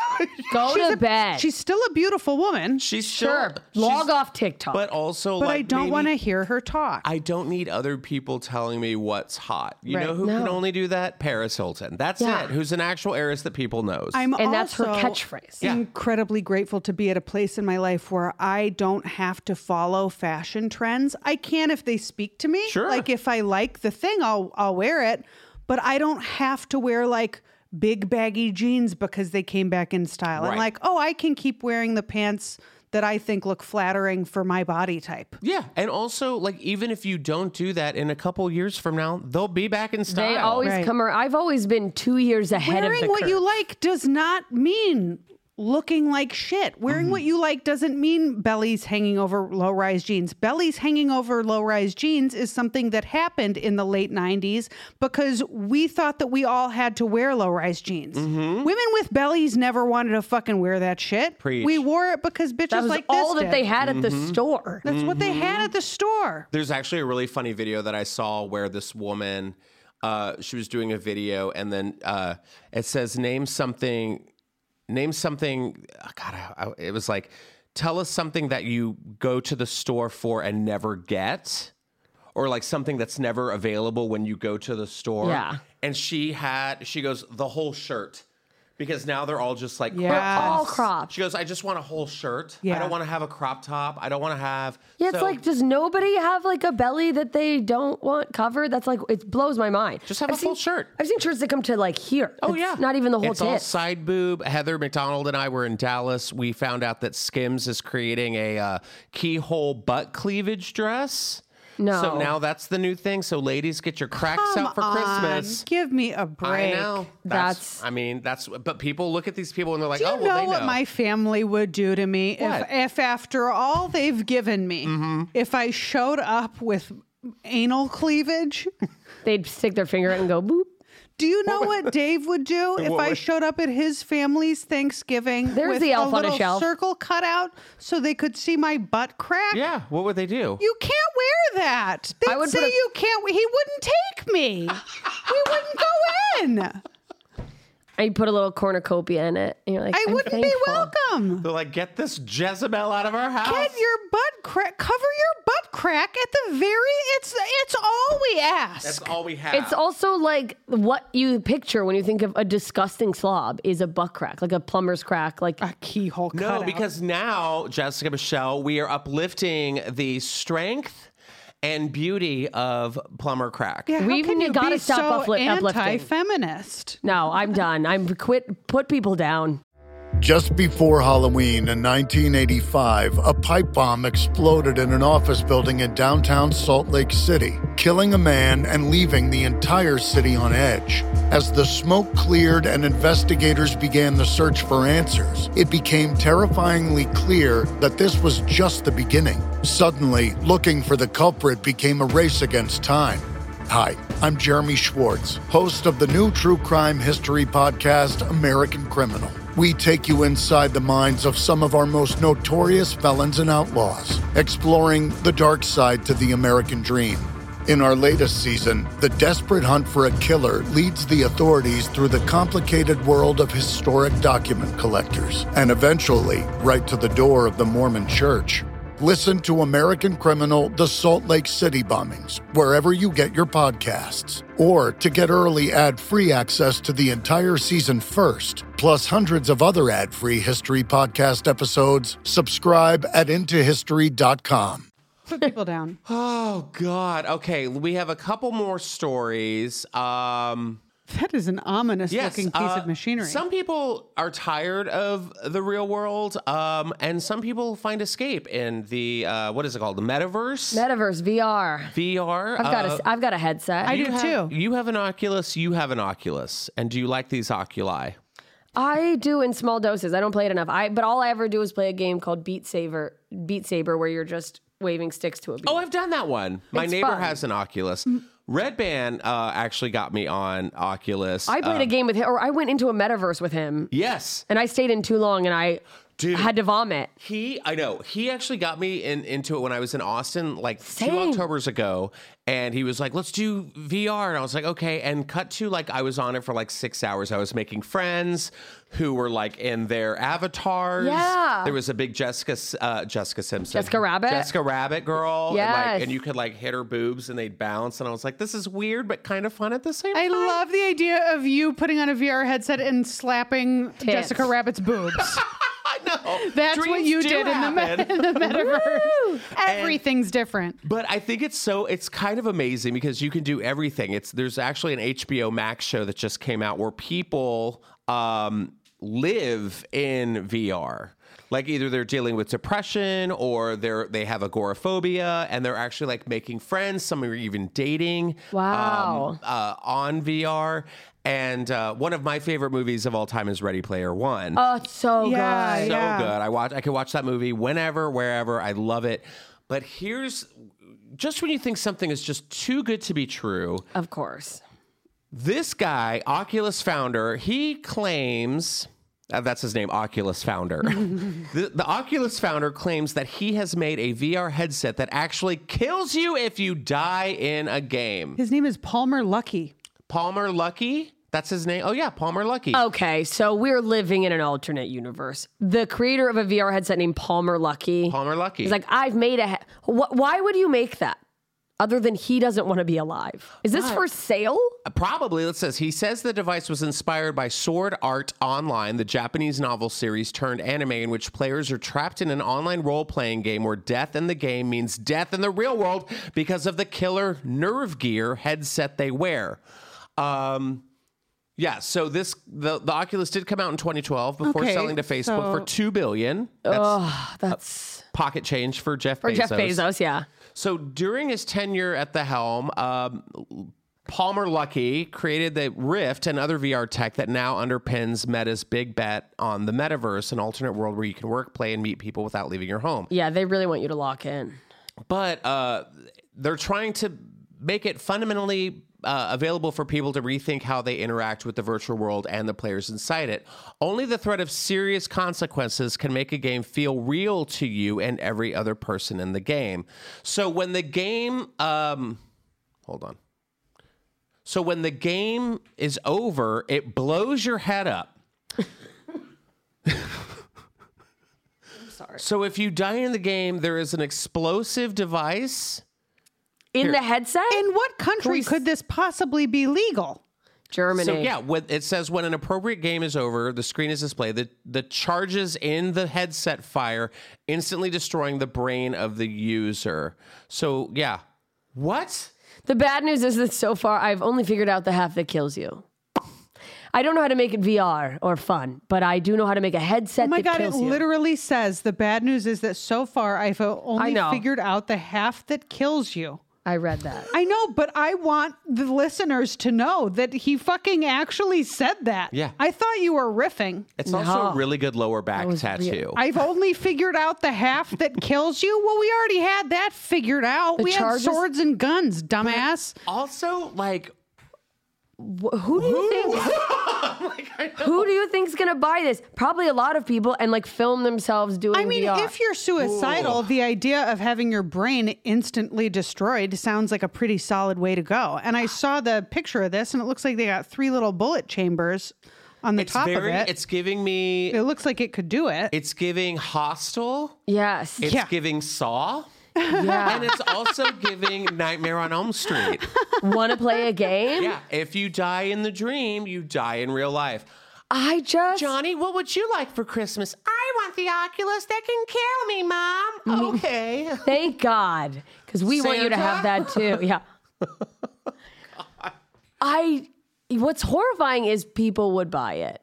[SPEAKER 2] Go
[SPEAKER 3] She's
[SPEAKER 2] to
[SPEAKER 3] a-
[SPEAKER 2] bed.
[SPEAKER 3] She's still a beautiful woman,
[SPEAKER 1] she's still-
[SPEAKER 2] sure.
[SPEAKER 1] she's-
[SPEAKER 2] Log off TikTok.
[SPEAKER 1] But also,
[SPEAKER 3] but
[SPEAKER 1] like,
[SPEAKER 3] I don't
[SPEAKER 1] maybe-
[SPEAKER 3] want to hear her talk.
[SPEAKER 1] I don't need other people telling me what's hot. You
[SPEAKER 3] Right.
[SPEAKER 1] know who can
[SPEAKER 2] No.
[SPEAKER 1] only do that? Paris Hilton. That's
[SPEAKER 2] Yeah.
[SPEAKER 1] it. Who's an actual heiress that people knows.
[SPEAKER 3] I'm
[SPEAKER 2] and that's her
[SPEAKER 3] also
[SPEAKER 2] catchphrase.
[SPEAKER 1] Yeah.
[SPEAKER 3] Incredibly grateful to be at a place in my life where I don't have to follow fashion trends. I can if they speak to me.
[SPEAKER 1] Sure.
[SPEAKER 3] Like if I like the thing, I'll I'll wear it, but I don't have to wear like big baggy jeans because they came back in style.
[SPEAKER 1] Right.
[SPEAKER 3] I'm like, "Oh, I can keep wearing the pants that I think look flattering for my body type."
[SPEAKER 1] yeah, and also like even if you don't do that in a couple years from now, they'll be back in style.
[SPEAKER 2] They always
[SPEAKER 3] Right.
[SPEAKER 2] come around. I've always been two years ahead of the
[SPEAKER 3] Wearing what
[SPEAKER 2] curve.
[SPEAKER 3] you like does not mean looking like shit.
[SPEAKER 2] Mm-hmm.
[SPEAKER 3] Wearing what you like doesn't mean bellies hanging over low rise jeans. Bellies hanging over low rise jeans is something that happened in the late 90s because we thought that we all had to wear low rise jeans.
[SPEAKER 2] Mm-hmm.
[SPEAKER 3] Women with bellies never wanted to fucking wear that shit.
[SPEAKER 1] Preach.
[SPEAKER 3] We wore it because bitches
[SPEAKER 2] that was
[SPEAKER 3] like
[SPEAKER 2] all
[SPEAKER 3] this
[SPEAKER 2] that
[SPEAKER 3] did.
[SPEAKER 2] they had at the store.
[SPEAKER 3] That's what they had
[SPEAKER 2] Mm-hmm.
[SPEAKER 3] at the store.
[SPEAKER 1] There's actually a really funny video that I saw where this woman, uh, she was doing a video, and then uh, it says name something name something. oh, God, I, I, it was like, tell us something that you go to the store for and never get, or like something that's never available when you go to the store.
[SPEAKER 2] Yeah.
[SPEAKER 1] And she had, she goes, the whole shirt. Because now they're all just like crop
[SPEAKER 3] Yeah.
[SPEAKER 1] tops.
[SPEAKER 2] All cropped.
[SPEAKER 1] She goes, I just want a whole shirt. I
[SPEAKER 3] Yeah.
[SPEAKER 1] don't want to have a crop top. I don't want to have.
[SPEAKER 2] Yeah, it's
[SPEAKER 1] So-
[SPEAKER 2] like, does nobody have like a belly that they don't want covered? That's like, it blows my mind.
[SPEAKER 1] Just have a
[SPEAKER 2] seen,
[SPEAKER 1] full shirt.
[SPEAKER 2] I've seen shirts that come to like here.
[SPEAKER 1] Oh
[SPEAKER 2] It's
[SPEAKER 1] yeah,
[SPEAKER 2] Not even the whole
[SPEAKER 1] It's all
[SPEAKER 2] tit.
[SPEAKER 1] side boob. Heather McDonald and I were in Dallas. We found out that Skims is creating a uh, keyhole butt cleavage dress.
[SPEAKER 2] No.
[SPEAKER 1] So now that's the new thing. So ladies, get your cracks out for
[SPEAKER 3] Come on,
[SPEAKER 1] Christmas.
[SPEAKER 3] Give me a
[SPEAKER 1] I
[SPEAKER 3] break.
[SPEAKER 1] know.
[SPEAKER 2] That's-
[SPEAKER 1] I mean, that's. But people look at these people and they're like,
[SPEAKER 3] Do you
[SPEAKER 1] oh,
[SPEAKER 3] know
[SPEAKER 1] well, they know.
[SPEAKER 3] what my family would do to me if,
[SPEAKER 1] What?
[SPEAKER 3] if after all they've given me, if I showed up with anal cleavage?
[SPEAKER 2] They'd stick their finger out and go boop.
[SPEAKER 3] Do you know what Dave would do if
[SPEAKER 1] What
[SPEAKER 3] I
[SPEAKER 1] would-
[SPEAKER 3] showed up at his family's Thanksgiving
[SPEAKER 2] There's
[SPEAKER 3] with
[SPEAKER 2] the elf
[SPEAKER 3] a
[SPEAKER 2] on a
[SPEAKER 3] little
[SPEAKER 2] shelf.
[SPEAKER 3] circle cut out so they could see my butt crack?
[SPEAKER 1] yeah. What would they do?
[SPEAKER 3] You can't wear that. They'd
[SPEAKER 2] I would
[SPEAKER 3] say
[SPEAKER 2] put a-
[SPEAKER 3] you can't. we- He wouldn't take me. we wouldn't go in.
[SPEAKER 2] And you put a little cornucopia in it. And you're like,
[SPEAKER 3] I
[SPEAKER 2] I'm
[SPEAKER 3] wouldn't be
[SPEAKER 2] thankful.
[SPEAKER 3] welcome.
[SPEAKER 1] they're like, get this Jezebel out of our house.
[SPEAKER 3] Get your butt crack. Cover your butt crack at the very. It's it's all we
[SPEAKER 1] that's
[SPEAKER 3] ask.
[SPEAKER 1] all we have.
[SPEAKER 2] It's also like what you picture when you think of a disgusting slob is a butt crack, like a plumber's crack. Like,
[SPEAKER 3] a keyhole.
[SPEAKER 1] No,
[SPEAKER 3] cutout.
[SPEAKER 1] because now, Jessica Michelle, we are uplifting the strength and beauty of plumber crack.
[SPEAKER 3] Yeah, how
[SPEAKER 2] We've
[SPEAKER 3] can you
[SPEAKER 2] gotta
[SPEAKER 3] be
[SPEAKER 2] stop
[SPEAKER 3] so
[SPEAKER 2] uplif- uplifting.
[SPEAKER 3] anti-feminist.
[SPEAKER 2] no, I'm done. I'm quit. Put people down.
[SPEAKER 4] Just before Halloween in 1985, a pipe bomb exploded in an office building in downtown Salt Lake City, killing a man and leaving the entire city on edge. As the smoke cleared and investigators began the search for answers, it became terrifyingly clear that this was just the beginning. Suddenly, looking for the culprit became a race against time. Hi, I'm Jeremy Schwartz, host of the new true crime history podcast, American Criminal. We take you inside the minds of some of our most notorious felons and outlaws, exploring the dark side to the American dream. In our latest season, the desperate hunt for a killer leads the authorities through the complicated world of historic document collectors and eventually right to the door of the Mormon Church. Listen to American Criminal The Salt Lake City Bombings wherever you get your podcasts. Or to get early ad free access to the entire season first, plus hundreds of other ad free history podcast episodes, subscribe at IntoHistory.com.
[SPEAKER 3] Put people down.
[SPEAKER 1] Oh, God. Okay, we have a couple more stories. Um,
[SPEAKER 3] That is an ominous
[SPEAKER 1] yes,
[SPEAKER 3] looking piece
[SPEAKER 1] uh,
[SPEAKER 3] of machinery.
[SPEAKER 1] Some people are tired of the real world, um, and some people find escape in the, uh, what is it called? The metaverse?
[SPEAKER 2] Metaverse VR.
[SPEAKER 1] VR?
[SPEAKER 2] I've got
[SPEAKER 1] Uh,
[SPEAKER 2] a. I've got a headset.
[SPEAKER 3] I do too.
[SPEAKER 1] you have an Oculus, you have an Oculus. And do you like these Oculi?
[SPEAKER 2] I do in small doses. I don't play it enough. I but all I ever do is play a game called Beat Saber. Beat Saber, where you're just waving sticks to a beat.
[SPEAKER 1] Oh, I've done that one. My
[SPEAKER 2] It's
[SPEAKER 1] neighbor
[SPEAKER 2] fun.
[SPEAKER 1] has an Oculus. Red Band uh, actually got me on Oculus.
[SPEAKER 2] I played a game with him, or I went into a metaverse with him,
[SPEAKER 1] yes,
[SPEAKER 2] and I stayed in too long, and I
[SPEAKER 1] Dude.
[SPEAKER 2] had to vomit.
[SPEAKER 1] he. I know he actually got me in, into it when I was in Austin, like two
[SPEAKER 2] Same.
[SPEAKER 1] October's ago, and he was like, "Let's do VR," and I was like, "Okay." And cut to like I was on it for like six hours. I was making friends who were like in their avatars.
[SPEAKER 2] Yeah.
[SPEAKER 1] there was a big Jessica, uh, Jessica Simpson,
[SPEAKER 2] Jessica Rabbit?
[SPEAKER 1] Jessica Rabbit girl. and,
[SPEAKER 2] Yes.
[SPEAKER 1] like, and you could like hit her boobs and they'd bounce, and I was like, "This is weird, but kind of fun at the same
[SPEAKER 3] I
[SPEAKER 1] time."
[SPEAKER 3] love the idea of you putting on a VR headset and slapping Jessica Rabbit's boobs.
[SPEAKER 1] I know.
[SPEAKER 3] That's what
[SPEAKER 1] Dreams
[SPEAKER 3] you
[SPEAKER 1] do
[SPEAKER 3] did in the,
[SPEAKER 1] happen.
[SPEAKER 3] me- in the metaverse. Everything's different.
[SPEAKER 1] But I think it's so it's kind of amazing because you can do everything. It's there's actually an HBO Max show that just came out where people um, live in VR. Like either they're dealing with depression or they're they have agoraphobia and they're actually like making friends. Some are even dating.
[SPEAKER 2] Wow.
[SPEAKER 1] um, uh, on VR. And uh, one of my favorite movies of all time is Ready Player One
[SPEAKER 2] Oh, it's so
[SPEAKER 3] Yeah,
[SPEAKER 2] good.
[SPEAKER 1] so
[SPEAKER 3] yeah.
[SPEAKER 1] good. I watch. I could watch that movie whenever, wherever. I love it. But here's just when you think something is just too good to be true.
[SPEAKER 2] Of course.
[SPEAKER 1] This guy, Oculus founder, he claims. uh, that's his name, Oculus founder. the, the Oculus founder claims that he has made a VR headset that actually kills you if you die in a game.
[SPEAKER 3] His name is Palmer Lucky.
[SPEAKER 1] Palmer Lucky. That's his name. Oh yeah, Palmer Lucky.
[SPEAKER 2] Okay, so we're living in an alternate universe. The creator of a VR headset named Palmer Lucky.
[SPEAKER 1] Palmer Lucky.
[SPEAKER 2] He's like, I've made a. He- Wh- why would you make that? Other than he doesn't want to be alive. Is this for sale?
[SPEAKER 1] Uh, Probably, it says he says the device was inspired by Sword Art Online, the Japanese novel series turned anime in which players are trapped in an online role playing game where death in the game means death in the real world because of the killer nerve gear headset they wear. Um, yeah, so this the, the Oculus did come out in 2012 before
[SPEAKER 3] Okay,
[SPEAKER 1] selling to Facebook for
[SPEAKER 3] so-
[SPEAKER 1] two billion. That's
[SPEAKER 2] Oh, That's
[SPEAKER 1] pocket change for Jeff
[SPEAKER 2] for Jeff Bezos, yeah.
[SPEAKER 1] so during his tenure at the helm, um, Palmer Lucky created the Rift and other VR tech that now underpins Meta's big bet on the metaverse, an alternate world where you can work, play, and meet people without leaving your home.
[SPEAKER 2] Yeah, they really want you to lock in.
[SPEAKER 1] But uh, they're trying to make it fundamentally uh, available for people to rethink how they interact with the virtual world and the players inside it. Only the threat of serious consequences can make a game feel real to you and every other person in the game. So when the game. Um, hold on. So when the game is over, it blows your head up. sorry. So if you die in the game, there is an explosive device.
[SPEAKER 2] In the headset?
[SPEAKER 3] In what country could this possibly be legal?
[SPEAKER 2] Germany.
[SPEAKER 1] So yeah, when, it says when an appropriate game is over, the screen is displayed. The the charges in the headset fire, instantly destroying the brain of the user. So yeah, what?
[SPEAKER 2] The bad news is that so far I've only figured out the half that kills you. I don't know how to make it VR or fun, but I do know how to make a headset
[SPEAKER 3] Oh my
[SPEAKER 2] that
[SPEAKER 3] God, it
[SPEAKER 2] kills you.
[SPEAKER 3] literally says the bad news is that so far I've
[SPEAKER 2] I
[SPEAKER 3] only
[SPEAKER 2] know.
[SPEAKER 3] figured out the half that kills you.
[SPEAKER 2] I read that.
[SPEAKER 3] I know, but I want the listeners to know that he fucking actually said that.
[SPEAKER 1] Yeah.
[SPEAKER 3] I thought you were riffing.
[SPEAKER 1] It's also
[SPEAKER 2] No.
[SPEAKER 1] a really good lower back
[SPEAKER 2] was real.
[SPEAKER 1] tattoo.
[SPEAKER 3] I've only figured out the half that kills you. Well, we already had that figured out. we
[SPEAKER 2] charges-
[SPEAKER 3] had swords and guns, dumbass.
[SPEAKER 1] also, like
[SPEAKER 2] Wh- Who do you think? who do you think's gonna buy this? Probably a lot of people and like film themselves doing.
[SPEAKER 3] I mean,
[SPEAKER 2] VR.
[SPEAKER 3] if you're suicidal, the idea of having your brain instantly destroyed sounds like a pretty solid way to go. And I saw the picture of this, and it looks like they got three little bullet chambers on the
[SPEAKER 1] it's
[SPEAKER 3] top
[SPEAKER 1] very.
[SPEAKER 3] of it.
[SPEAKER 1] It's giving me.
[SPEAKER 3] it looks like it could do it.
[SPEAKER 1] It's giving hostile.
[SPEAKER 2] yes,
[SPEAKER 1] It's
[SPEAKER 3] Yeah.
[SPEAKER 1] giving Saw.
[SPEAKER 2] yeah,
[SPEAKER 1] And it's also giving Nightmare on Elm Street.
[SPEAKER 2] want to play a game?
[SPEAKER 1] Yeah. If you die in the dream, you die in real life.
[SPEAKER 2] I just
[SPEAKER 1] Johnny, what would you like for Christmas? I want the Oculus that can kill me, Mom. Okay.
[SPEAKER 2] thank God because we want you to have that too. Yeah. I. What's horrifying is people would buy it.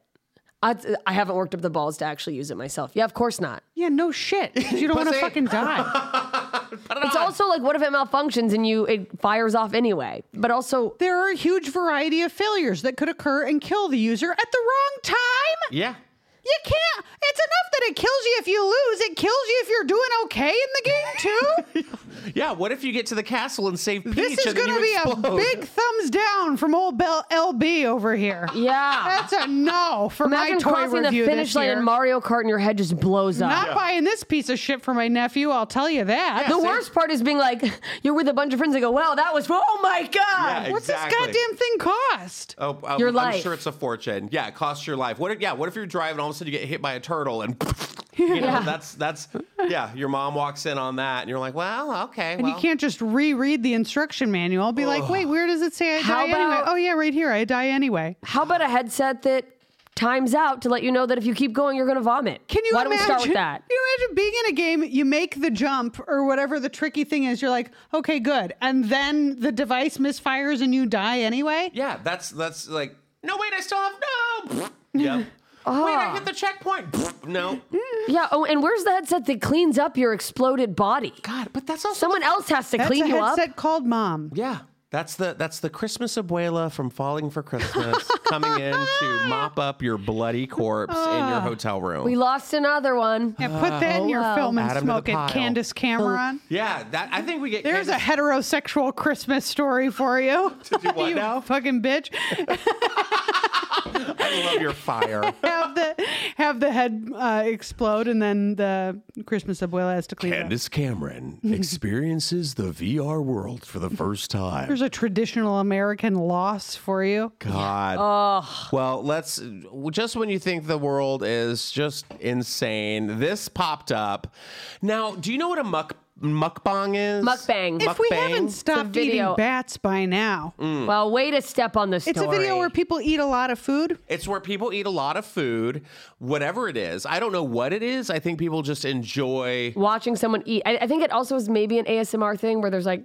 [SPEAKER 2] I, I haven't worked up the balls to actually use it myself. Yeah, of course not.
[SPEAKER 3] yeah, no shit. 'cause You don't want to
[SPEAKER 1] Pussy.
[SPEAKER 3] fucking die.
[SPEAKER 2] It's also like, what if it malfunctions and you it fires off anyway? But also,
[SPEAKER 3] there are a huge variety of failures that could occur and kill the user at the wrong time.
[SPEAKER 1] Yeah.
[SPEAKER 3] You can't. It's enough that it kills you if you lose. It kills you if you're doing okay in the game too.
[SPEAKER 1] Yeah. What if you get to the castle and save Peach
[SPEAKER 3] This is
[SPEAKER 1] and then
[SPEAKER 3] going to
[SPEAKER 1] you
[SPEAKER 3] be
[SPEAKER 1] explode?
[SPEAKER 3] a big thumbs down from old Bell LB over here.
[SPEAKER 2] yeah.
[SPEAKER 3] That's a no for
[SPEAKER 2] Imagine
[SPEAKER 3] my toy
[SPEAKER 2] crossing the
[SPEAKER 3] review
[SPEAKER 2] finish
[SPEAKER 3] this
[SPEAKER 2] line
[SPEAKER 3] year.
[SPEAKER 2] in Mario Kart and your head just blows up.
[SPEAKER 3] Not buying this piece of shit for my nephew. I'll tell you that.
[SPEAKER 2] the worst part is being like, you're with a bunch of friends and go, wow, that was, oh my God.
[SPEAKER 1] Yeah,
[SPEAKER 3] What's
[SPEAKER 1] exactly.
[SPEAKER 3] this goddamn thing cost?
[SPEAKER 1] Oh, um,
[SPEAKER 2] Your
[SPEAKER 1] I'm
[SPEAKER 2] life.
[SPEAKER 1] sure it's a fortune. Yeah, it costs your life. What? If, yeah, what if you're driving, all of a sudden you get hit by a turtle, and you know that's that's yeah. Your mom walks in on that, and you're like, well, okay.
[SPEAKER 3] And
[SPEAKER 1] well.
[SPEAKER 3] you can't just reread the instruction manual. Be like, wait, where does it say I
[SPEAKER 2] How
[SPEAKER 3] die anyway?
[SPEAKER 2] about-
[SPEAKER 3] Oh yeah, right here. I die anyway.
[SPEAKER 2] How about a headset that times out to let you know that if you keep going, you're going to vomit?
[SPEAKER 3] Can you
[SPEAKER 2] Why don't we
[SPEAKER 3] imagine,
[SPEAKER 2] start with that?
[SPEAKER 3] Can you imagine being in a game, you make the jump or whatever the tricky thing is, you're like, okay, good. And then the device misfires and you die anyway?
[SPEAKER 1] Yeah, that's that's like no wait, I still have no. yep. Wait, I hit the checkpoint. no.
[SPEAKER 2] Yeah. Oh, and where's the headset that cleans up your exploded body?
[SPEAKER 1] God, but that's also
[SPEAKER 2] Someone else has to
[SPEAKER 3] That's
[SPEAKER 2] clean
[SPEAKER 3] a
[SPEAKER 2] you up.
[SPEAKER 3] headset called mom.
[SPEAKER 1] Yeah. That's the that's the Christmas abuela from Falling for Christmas coming in to mop up your bloody corpse in
[SPEAKER 3] Ah.
[SPEAKER 1] your hotel room.
[SPEAKER 2] We lost another one.
[SPEAKER 3] Yeah, put that in your
[SPEAKER 2] Oh, wow.
[SPEAKER 3] film and
[SPEAKER 1] Add 'em to
[SPEAKER 3] smoke
[SPEAKER 1] the
[SPEAKER 3] it,
[SPEAKER 1] pile.
[SPEAKER 3] Candace Cameron.
[SPEAKER 1] yeah, that I think we get
[SPEAKER 3] There's a
[SPEAKER 1] Candace
[SPEAKER 3] heterosexual Christmas story for you.
[SPEAKER 1] to do what
[SPEAKER 3] you
[SPEAKER 1] now?
[SPEAKER 3] fucking bitch.
[SPEAKER 1] I love your fire.
[SPEAKER 3] Have the have have the head uh, explode, and then the Christmas abuela has to clean it up.
[SPEAKER 1] Candace Cameron experiences the VR world for the first time.
[SPEAKER 3] There's a traditional American loss for you.
[SPEAKER 1] God. Well, let's just when you think the world is just insane, this popped up. Now, do you know what a muck mukbang is?
[SPEAKER 2] Mukbang.
[SPEAKER 3] If we
[SPEAKER 1] Mukbang?
[SPEAKER 3] haven't stopped eating
[SPEAKER 2] video. Mm,
[SPEAKER 3] bats by now,
[SPEAKER 1] Hmm.
[SPEAKER 2] Well, way to step on the story.
[SPEAKER 3] it's a video where people eat a lot of food.
[SPEAKER 1] It's where people eat a lot of food, whatever it is. I don't know what it is. I think people just enjoy.
[SPEAKER 2] watching someone eat. I, I think it also is maybe an ASMR thing where there's like,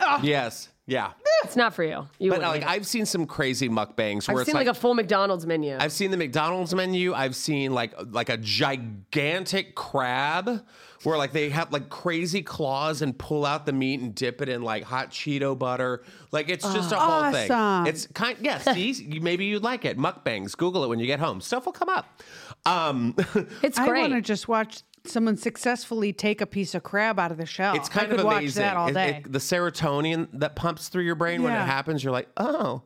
[SPEAKER 2] Ah.
[SPEAKER 1] Yes. Yeah.
[SPEAKER 2] it's not for you. You
[SPEAKER 1] But
[SPEAKER 2] wouldn't
[SPEAKER 1] like
[SPEAKER 2] eat it.
[SPEAKER 1] I've seen some crazy mukbangs where
[SPEAKER 2] I've
[SPEAKER 1] it's
[SPEAKER 2] seen like, a full McDonald's menu.
[SPEAKER 1] I've seen the McDonald's menu. I've seen like like a gigantic crab where like they have like crazy claws and pull out the meat and dip it in like hot Cheeto butter. Like it's
[SPEAKER 2] Ah,
[SPEAKER 1] just a whole
[SPEAKER 3] Awesome.
[SPEAKER 1] thing. It's kind yeah, see, you- maybe you'd like it. Mukbangs. Google it when you get home. Stuff will come up. Um
[SPEAKER 2] it's
[SPEAKER 3] I want
[SPEAKER 2] great.
[SPEAKER 3] to just watch someone successfully take a piece of crab out of the shell.
[SPEAKER 1] it's kind
[SPEAKER 3] I could
[SPEAKER 1] of amazing.
[SPEAKER 3] watch that all
[SPEAKER 1] It-
[SPEAKER 3] day.
[SPEAKER 1] it- the serotonin that pumps through your brain when it
[SPEAKER 3] Yeah.
[SPEAKER 1] happens, you're like, oh.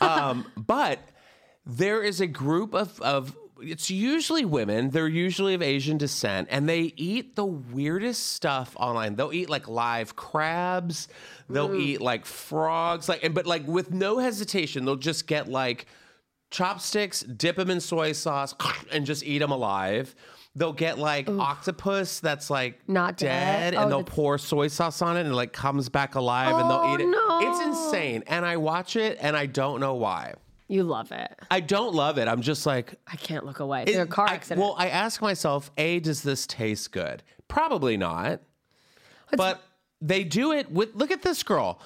[SPEAKER 1] um, but there is a group of of it's usually women. They're usually of Asian descent, and they eat the weirdest stuff online. They'll eat like live crabs. They'll
[SPEAKER 3] Mm.
[SPEAKER 1] eat like frogs. Like, and, but like with no hesitation, they'll just get like chopsticks, dip them in soy sauce, and just eat them alive. They'll get like octopus that's like
[SPEAKER 2] Not dead.
[SPEAKER 1] and
[SPEAKER 2] Oh,
[SPEAKER 1] they'll
[SPEAKER 2] that's-
[SPEAKER 1] pour soy sauce on it and it like comes back alive and
[SPEAKER 2] Oh,
[SPEAKER 1] they'll eat it.
[SPEAKER 2] no.
[SPEAKER 1] It's insane. And I watch it and I don't know why.
[SPEAKER 2] you love it.
[SPEAKER 1] I don't love it. I'm just like,
[SPEAKER 2] I can't look away. It's a car
[SPEAKER 1] I-
[SPEAKER 2] accident.
[SPEAKER 1] well, I ask myself, A, does this taste good? Probably not. but they do it with, look at this girl.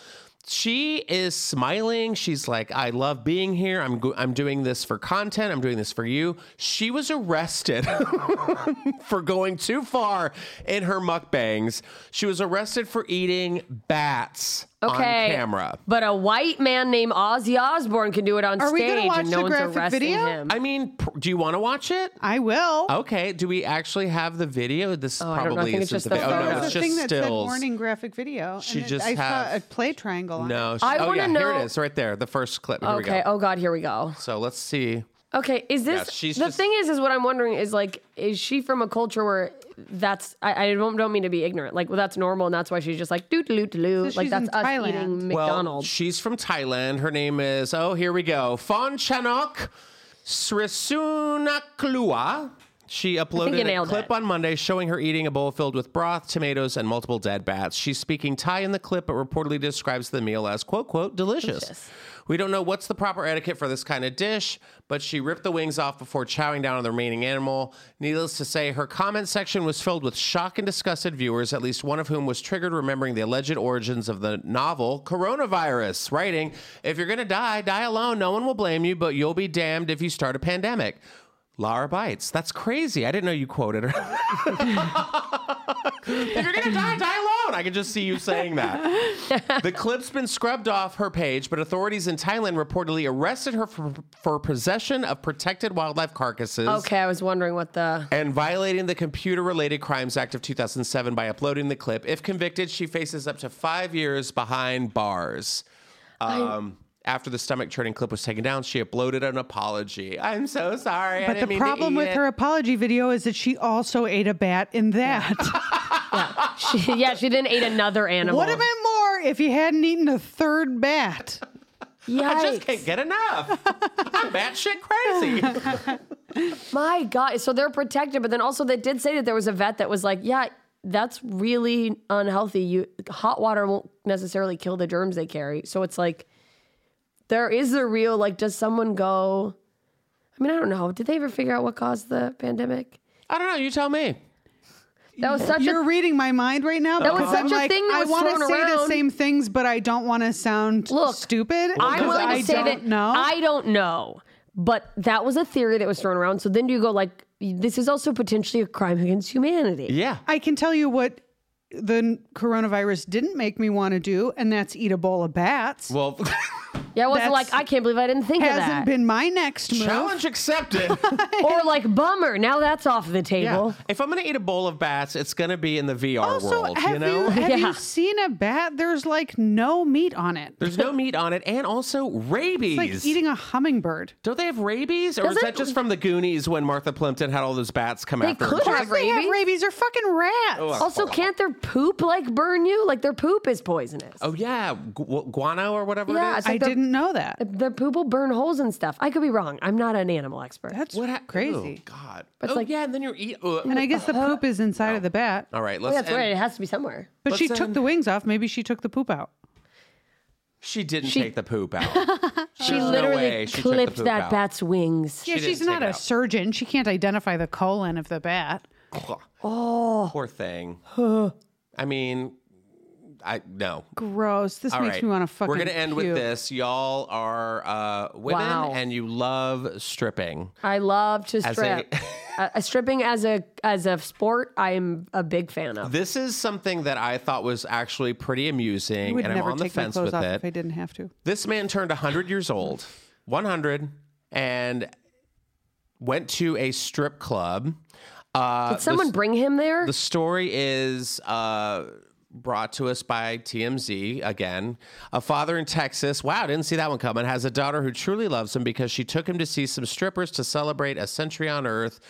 [SPEAKER 1] She is smiling. She's like, I love being here. I'm, go- I'm doing this for content. I'm doing this for you. She was arrested for going too far in her mukbangs. She was arrested for eating bats on
[SPEAKER 2] okay.
[SPEAKER 1] camera.
[SPEAKER 2] But a white man named Ozzy Osbourne can do it on
[SPEAKER 3] Are we
[SPEAKER 2] stage
[SPEAKER 3] gonna watch
[SPEAKER 2] and no
[SPEAKER 3] the
[SPEAKER 2] one's
[SPEAKER 3] graphic
[SPEAKER 2] arresting
[SPEAKER 3] video?
[SPEAKER 2] him.
[SPEAKER 1] I mean, pr- do you want to watch it?
[SPEAKER 3] I
[SPEAKER 2] Oh,
[SPEAKER 3] will.
[SPEAKER 1] Okay, do we actually have the video? This
[SPEAKER 2] I don't know. I
[SPEAKER 1] probably
[SPEAKER 2] think it's
[SPEAKER 1] isn't the
[SPEAKER 2] just the
[SPEAKER 1] video.
[SPEAKER 3] There
[SPEAKER 1] Oh,
[SPEAKER 2] photo.
[SPEAKER 1] no,
[SPEAKER 3] was
[SPEAKER 1] it's
[SPEAKER 3] a thing
[SPEAKER 1] just
[SPEAKER 3] that said
[SPEAKER 1] stills.
[SPEAKER 3] warning graphic video.
[SPEAKER 1] She
[SPEAKER 3] and it-
[SPEAKER 1] just
[SPEAKER 3] I saw
[SPEAKER 1] have-
[SPEAKER 3] a play triangle on
[SPEAKER 1] No,
[SPEAKER 3] it.
[SPEAKER 1] she-
[SPEAKER 2] I
[SPEAKER 1] oh
[SPEAKER 2] wanna
[SPEAKER 1] yeah, here
[SPEAKER 2] know-
[SPEAKER 1] it is, right there, the first clip. Here
[SPEAKER 2] okay.
[SPEAKER 1] we go.
[SPEAKER 2] Oh God, here we go.
[SPEAKER 1] So let's see.
[SPEAKER 2] Okay, is this
[SPEAKER 1] Yeah, she's
[SPEAKER 2] the
[SPEAKER 1] just-
[SPEAKER 2] thing? Is is what I'm wondering is like, is she from a culture where that's I, I don't don't mean to be ignorant, like well that's normal and that's why she's just like doo doo doo doo,
[SPEAKER 3] So
[SPEAKER 2] like
[SPEAKER 3] she's
[SPEAKER 2] that's
[SPEAKER 3] in
[SPEAKER 2] us
[SPEAKER 3] Thailand.
[SPEAKER 2] eating
[SPEAKER 1] Well,
[SPEAKER 2] McDonald's.
[SPEAKER 1] she's from Thailand. Her name is oh, here we go, Fonchanok Srisunaklua. She
[SPEAKER 2] you
[SPEAKER 1] uploaded a
[SPEAKER 2] nailed
[SPEAKER 1] clip
[SPEAKER 2] it.
[SPEAKER 1] on Monday showing her eating a bowl filled with broth, tomatoes, and multiple dead bats. She's speaking Thai in the clip, but reportedly describes the meal as "quote quote delicious." We don't know what's the proper etiquette for this kind of dish, but she ripped the wings off before chowing down on the remaining animal. Needless to say, her comment section was filled with shock and disgusted viewers, at least one of whom was triggered remembering the alleged origins of the novel Coronavirus, writing, If you're going to die, die alone. No one will blame you, but you'll be damned if you start a pandemic. Lara Bites. That's crazy. I didn't know you quoted her. if you're going to die, die alone. I can just see you saying that. The clip's been scrubbed off her page, but authorities in Thailand reportedly arrested her for, for possession of protected wildlife carcasses
[SPEAKER 2] okay, I was wondering what the
[SPEAKER 1] and violating the Computer Related Crimes Act of 2007 by uploading the clip. If convicted, she faces up to five years behind bars. Um, after the stomach churning clip was taken down, she uploaded an apology. I'm so sorry. I
[SPEAKER 3] But
[SPEAKER 1] didn't
[SPEAKER 3] the
[SPEAKER 1] mean to
[SPEAKER 3] problem
[SPEAKER 1] eat
[SPEAKER 3] with
[SPEAKER 1] it."
[SPEAKER 3] her apology video is that she also ate a bat in that.
[SPEAKER 2] she, yeah she didn't eat another animal.
[SPEAKER 3] Would have been more if you hadn't eaten a third bat.
[SPEAKER 2] Yikes.
[SPEAKER 1] I just can't get enough. I'm batshit crazy.
[SPEAKER 2] My God. So they're protected, but then also they did say that there was a vet that was like, yeah, that's really unhealthy. You hot water won't necessarily kill the germs they carry. So it's like there is the real like, does someone go? I mean, I don't know. Did they ever figure out what caused the pandemic?
[SPEAKER 1] I don't know. You tell me.
[SPEAKER 2] That was such
[SPEAKER 3] You're
[SPEAKER 2] a
[SPEAKER 3] reading my mind right now.
[SPEAKER 2] That was
[SPEAKER 3] because
[SPEAKER 2] such
[SPEAKER 3] I'm
[SPEAKER 2] a
[SPEAKER 3] like,
[SPEAKER 2] thing that
[SPEAKER 3] I
[SPEAKER 2] was
[SPEAKER 3] wanna
[SPEAKER 2] thrown
[SPEAKER 3] say the
[SPEAKER 2] around.
[SPEAKER 3] same things, but I don't want to sound
[SPEAKER 2] Look,
[SPEAKER 3] stupid.
[SPEAKER 2] I'm
[SPEAKER 3] because
[SPEAKER 2] willing to
[SPEAKER 3] I
[SPEAKER 2] say
[SPEAKER 3] don't
[SPEAKER 2] that
[SPEAKER 3] know.
[SPEAKER 2] I don't know, but that was a theory that was thrown around. So then you go like, this is also potentially a crime against humanity.
[SPEAKER 1] Yeah.
[SPEAKER 3] I can tell you what the coronavirus didn't make me want to do, and that's eat a bowl of bats.
[SPEAKER 1] Well,
[SPEAKER 2] Yeah, I wasn't
[SPEAKER 3] That's-
[SPEAKER 2] like, I can't believe I didn't think of that.
[SPEAKER 3] Hasn't been my next move.
[SPEAKER 1] Challenge accepted.
[SPEAKER 2] or like, bummer, now that's off the
[SPEAKER 1] yeah.
[SPEAKER 2] table.
[SPEAKER 1] If I'm gonna eat a bowl of bats, it's gonna be in the VR
[SPEAKER 3] Also,
[SPEAKER 1] world.
[SPEAKER 3] have
[SPEAKER 1] you know.
[SPEAKER 3] have
[SPEAKER 2] Yeah.
[SPEAKER 3] you seen a bat? There's like no meat on it. It's
[SPEAKER 1] There's no meat on it, and also rabies.
[SPEAKER 3] like eating a hummingbird.
[SPEAKER 1] Don't they have rabies, or is
[SPEAKER 2] Doesn't-
[SPEAKER 1] that just from the Goonies when Martha Plimpton had all those bats come
[SPEAKER 2] They
[SPEAKER 1] after
[SPEAKER 2] could
[SPEAKER 1] her?
[SPEAKER 2] have
[SPEAKER 3] They
[SPEAKER 2] rabies.
[SPEAKER 3] have rabies are fucking rats.
[SPEAKER 1] Oh,
[SPEAKER 2] Also, can't their poop like burn you? Like their poop is poisonous.
[SPEAKER 1] Oh yeah, gu- guano or whatever
[SPEAKER 2] Yeah,
[SPEAKER 1] it is.
[SPEAKER 2] it's
[SPEAKER 3] I
[SPEAKER 2] like the-
[SPEAKER 3] didn't know that.
[SPEAKER 2] Their poop will burn holes and stuff. I could be wrong. I'm not an animal expert.
[SPEAKER 3] That's
[SPEAKER 1] What hap-
[SPEAKER 3] crazy.
[SPEAKER 1] Oh, God.
[SPEAKER 2] It's
[SPEAKER 1] oh
[SPEAKER 2] like-
[SPEAKER 1] yeah, and then you're eating.
[SPEAKER 3] and I guess the poop is inside of the bat.
[SPEAKER 1] all right,
[SPEAKER 2] Oh,
[SPEAKER 1] let's.
[SPEAKER 2] that's
[SPEAKER 1] end-
[SPEAKER 2] right. It has to be somewhere.
[SPEAKER 3] But she
[SPEAKER 1] Let's
[SPEAKER 3] took
[SPEAKER 1] end-
[SPEAKER 3] the wings off. Maybe she took the poop out.
[SPEAKER 1] She didn't
[SPEAKER 2] She-
[SPEAKER 1] take the poop out.
[SPEAKER 2] She
[SPEAKER 1] no
[SPEAKER 2] literally
[SPEAKER 1] way she took the
[SPEAKER 2] clipped
[SPEAKER 1] poop
[SPEAKER 2] that
[SPEAKER 1] out.
[SPEAKER 2] bat's wings.
[SPEAKER 3] Yeah, she's
[SPEAKER 1] didn't take
[SPEAKER 3] not
[SPEAKER 1] it
[SPEAKER 3] a
[SPEAKER 1] out.
[SPEAKER 3] surgeon. She can't identify the colon of the bat. Oh.
[SPEAKER 1] Poor thing. I mean, I no.
[SPEAKER 3] Gross. This
[SPEAKER 1] All
[SPEAKER 3] makes
[SPEAKER 1] right.
[SPEAKER 3] me want to fucking.
[SPEAKER 1] We're gonna end with
[SPEAKER 3] puke.
[SPEAKER 1] this. Y'all are uh, women,
[SPEAKER 2] Wow.
[SPEAKER 1] and you love stripping.
[SPEAKER 2] I love to
[SPEAKER 1] As
[SPEAKER 2] strip. uh, uh, stripping as a as a sport, I'm a big fan of.
[SPEAKER 1] This is something that I thought was actually pretty
[SPEAKER 3] I
[SPEAKER 1] amusing,
[SPEAKER 3] would
[SPEAKER 1] and I'm
[SPEAKER 3] never
[SPEAKER 1] on the
[SPEAKER 3] take my
[SPEAKER 1] fence
[SPEAKER 3] clothes
[SPEAKER 1] with
[SPEAKER 3] off
[SPEAKER 1] it.
[SPEAKER 3] if I didn't have to.
[SPEAKER 1] This man turned 100 years old, 100, and went to a strip club. Uh,
[SPEAKER 2] Did someone bring him there?
[SPEAKER 1] the story is uh, brought to us by TMZ again. A father in Texas, wow, didn't see that one coming, has a daughter who truly loves him because she took him to see some strippers to celebrate a century on Earth.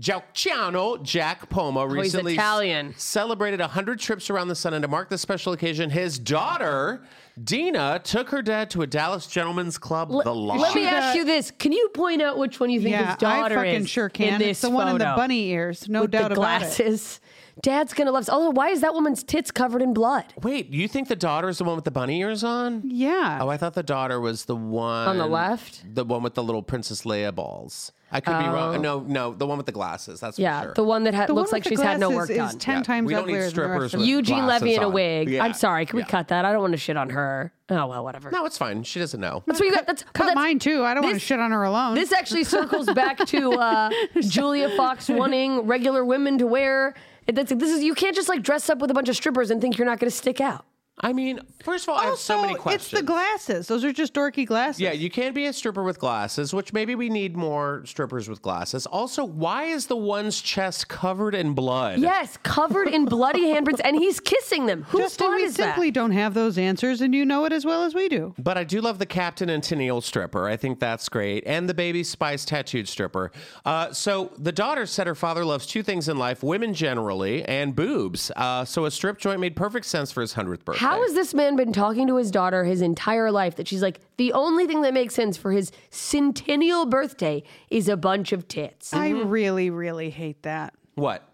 [SPEAKER 1] Giacchino Jack Poma
[SPEAKER 2] Oh, he's
[SPEAKER 1] recently
[SPEAKER 2] Italian.
[SPEAKER 1] celebrated 100 trips around the sun, and to mark this special occasion, his daughter, Dina, took her dad to a Dallas gentleman's club, The Lawn.
[SPEAKER 2] Let me
[SPEAKER 3] She
[SPEAKER 2] ask
[SPEAKER 3] got-
[SPEAKER 2] you this: Can you point out which one you think
[SPEAKER 3] Yeah,
[SPEAKER 2] his
[SPEAKER 3] I
[SPEAKER 2] daughter
[SPEAKER 3] fucking
[SPEAKER 2] is
[SPEAKER 3] sure can.
[SPEAKER 2] in this
[SPEAKER 3] It's the one in the
[SPEAKER 2] photo?
[SPEAKER 3] bunny ears. No
[SPEAKER 2] with
[SPEAKER 3] doubt
[SPEAKER 2] the
[SPEAKER 3] about it.
[SPEAKER 2] glasses. Dad's gonna love. Although, why is that woman's tits covered in blood?
[SPEAKER 1] Wait, you think the daughter is the one with the bunny ears on?
[SPEAKER 3] Yeah.
[SPEAKER 1] Oh, I thought the daughter was the one
[SPEAKER 2] the left?
[SPEAKER 1] the one with the little Princess Leia balls. I could be wrong. No, no, the one with the glasses. That's
[SPEAKER 2] Oh. Yeah,
[SPEAKER 1] for sure.
[SPEAKER 2] the one that ha-
[SPEAKER 3] The one
[SPEAKER 2] looks like
[SPEAKER 3] with
[SPEAKER 2] she's
[SPEAKER 3] the
[SPEAKER 2] had no work
[SPEAKER 3] glasses
[SPEAKER 2] done.
[SPEAKER 3] Is ten
[SPEAKER 1] Yeah,
[SPEAKER 3] times
[SPEAKER 1] we don't need
[SPEAKER 3] uglier than the
[SPEAKER 1] strippers
[SPEAKER 3] rest of
[SPEAKER 1] with-
[SPEAKER 3] them.
[SPEAKER 2] Eugene Levy in a
[SPEAKER 1] glasses on.
[SPEAKER 2] wig.
[SPEAKER 1] Yeah.
[SPEAKER 2] I'm sorry. Can we
[SPEAKER 1] Yeah.
[SPEAKER 2] cut that? I don't want to shit on her. Oh well, whatever.
[SPEAKER 1] no, it's fine. She doesn't know.
[SPEAKER 2] That's what you got. That's well,
[SPEAKER 3] Cut
[SPEAKER 2] that's-
[SPEAKER 3] mine too. I don't want to
[SPEAKER 2] this-
[SPEAKER 3] shit on her alone.
[SPEAKER 2] This actually circles back to uh, Julia Fox wanting regular women to wear. That's this is you can't just like dress up with a bunch of strippers and think you're not going to stick out.
[SPEAKER 1] I mean, first of all, I have
[SPEAKER 3] also,
[SPEAKER 1] so many
[SPEAKER 3] it's
[SPEAKER 1] questions.
[SPEAKER 3] the glasses. Those are just dorky glasses.
[SPEAKER 1] yeah, you can be a stripper with glasses, which maybe we need more strippers with glasses. Also, why is the one's chest covered in blood?
[SPEAKER 2] Yes, covered in bloody handprints, and he's kissing them. Whose
[SPEAKER 3] Justin,
[SPEAKER 2] fun
[SPEAKER 3] we
[SPEAKER 2] is that?
[SPEAKER 3] simply don't have those answers, and you know it as well as we do.
[SPEAKER 1] But I do love the Captain and Tennille stripper. I think that's great. And the Baby Spice tattooed stripper. Uh, so the daughter said her father loves two things in life women generally and boobs. Uh, so a strip joint made perfect sense for his 100th birthday.
[SPEAKER 2] How has this man been talking to his daughter his entire life that she's like, the only thing that makes sense for his centennial birthday is a bunch of tits?
[SPEAKER 3] I really, really hate that.
[SPEAKER 1] What?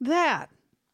[SPEAKER 3] That.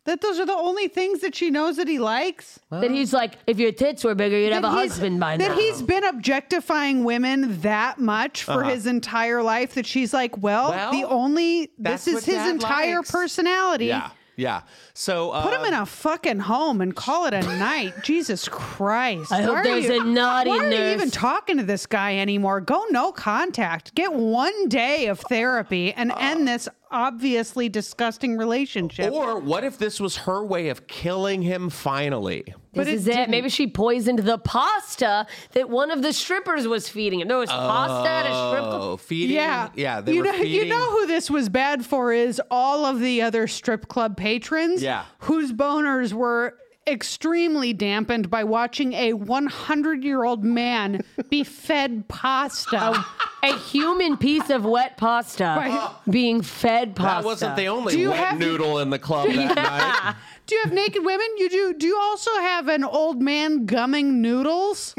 [SPEAKER 3] That those are the only things that she knows that he likes.
[SPEAKER 2] that he's like, if your tits were bigger, you'd have a
[SPEAKER 3] That he's-
[SPEAKER 2] husband by
[SPEAKER 3] That
[SPEAKER 2] now.
[SPEAKER 3] he's been objectifying women that much for his entire life that she's like, Uh-huh. well,
[SPEAKER 1] Well,
[SPEAKER 3] the only
[SPEAKER 1] that's
[SPEAKER 3] this is
[SPEAKER 1] what
[SPEAKER 3] his
[SPEAKER 1] Dad
[SPEAKER 3] entire
[SPEAKER 1] likes.
[SPEAKER 3] personality.
[SPEAKER 1] Yeah. Yeah. So uh,
[SPEAKER 3] Put him in a fucking home and call it a night. Jesus Christ.
[SPEAKER 2] I hope
[SPEAKER 3] Why are
[SPEAKER 2] there's
[SPEAKER 3] you-
[SPEAKER 2] a naughty
[SPEAKER 3] Why are you
[SPEAKER 2] nurse.
[SPEAKER 3] even talking to this guy anymore? Go no contact. Get one day of therapy and end this obviously disgusting relationship.
[SPEAKER 1] Or what if this was her way of killing him finally?
[SPEAKER 2] this is it. Maybe she poisoned the pasta that one of the strippers was feeding him. No, it's pasta at a strip club.
[SPEAKER 1] Oh, feeding.
[SPEAKER 3] yeah.
[SPEAKER 1] Yeah. They
[SPEAKER 3] you
[SPEAKER 1] were
[SPEAKER 3] know
[SPEAKER 1] feeding.
[SPEAKER 3] you know who this was bad for is all of the other strip club patrons
[SPEAKER 1] Yeah.
[SPEAKER 3] whose boners were extremely dampened by watching a 100-year-old man be fed pasta.
[SPEAKER 2] A human piece of wet pasta being fed pasta.
[SPEAKER 1] that wasn't the
[SPEAKER 3] Do
[SPEAKER 1] only
[SPEAKER 3] you
[SPEAKER 1] wet
[SPEAKER 3] have-
[SPEAKER 1] noodle in the club that night.
[SPEAKER 3] Do you have naked women? You do. Do you also have an old man gumming noodles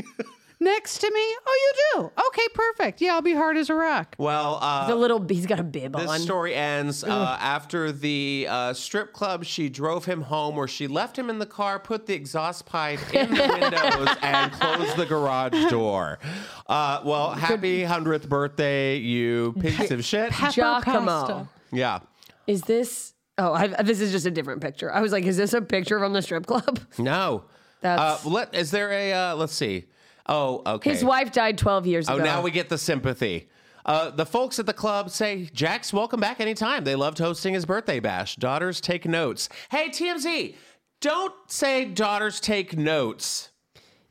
[SPEAKER 3] next to me? Oh, you do. Okay, perfect. Yeah, I'll be hard as a rock.
[SPEAKER 1] Well, uh,
[SPEAKER 2] The little, he's got a bib
[SPEAKER 1] This
[SPEAKER 2] on.
[SPEAKER 1] story ends uh, after the uh, strip club. She drove him home, where she left him in the car, put the exhaust pipe in the windows, and closed the garage door. Uh, well, happy hundredth birthday, you piece of shit.
[SPEAKER 3] Pepper
[SPEAKER 2] Giacomo.
[SPEAKER 3] pasta.
[SPEAKER 1] Yeah,
[SPEAKER 2] Is this? Oh, I, this is just a different picture. I was like, is this a picture from the strip club?
[SPEAKER 1] no.
[SPEAKER 2] That's-
[SPEAKER 1] Uh, let, is there a? Uh, let's see. Oh, okay.
[SPEAKER 2] His wife died 12 years
[SPEAKER 1] Oh,
[SPEAKER 2] ago.
[SPEAKER 1] now we get the sympathy. Uh, the folks at the club say, Jax, welcome back anytime. They loved hosting his birthday bash. Daughters take notes. Hey, TMZ, don't say daughters take notes.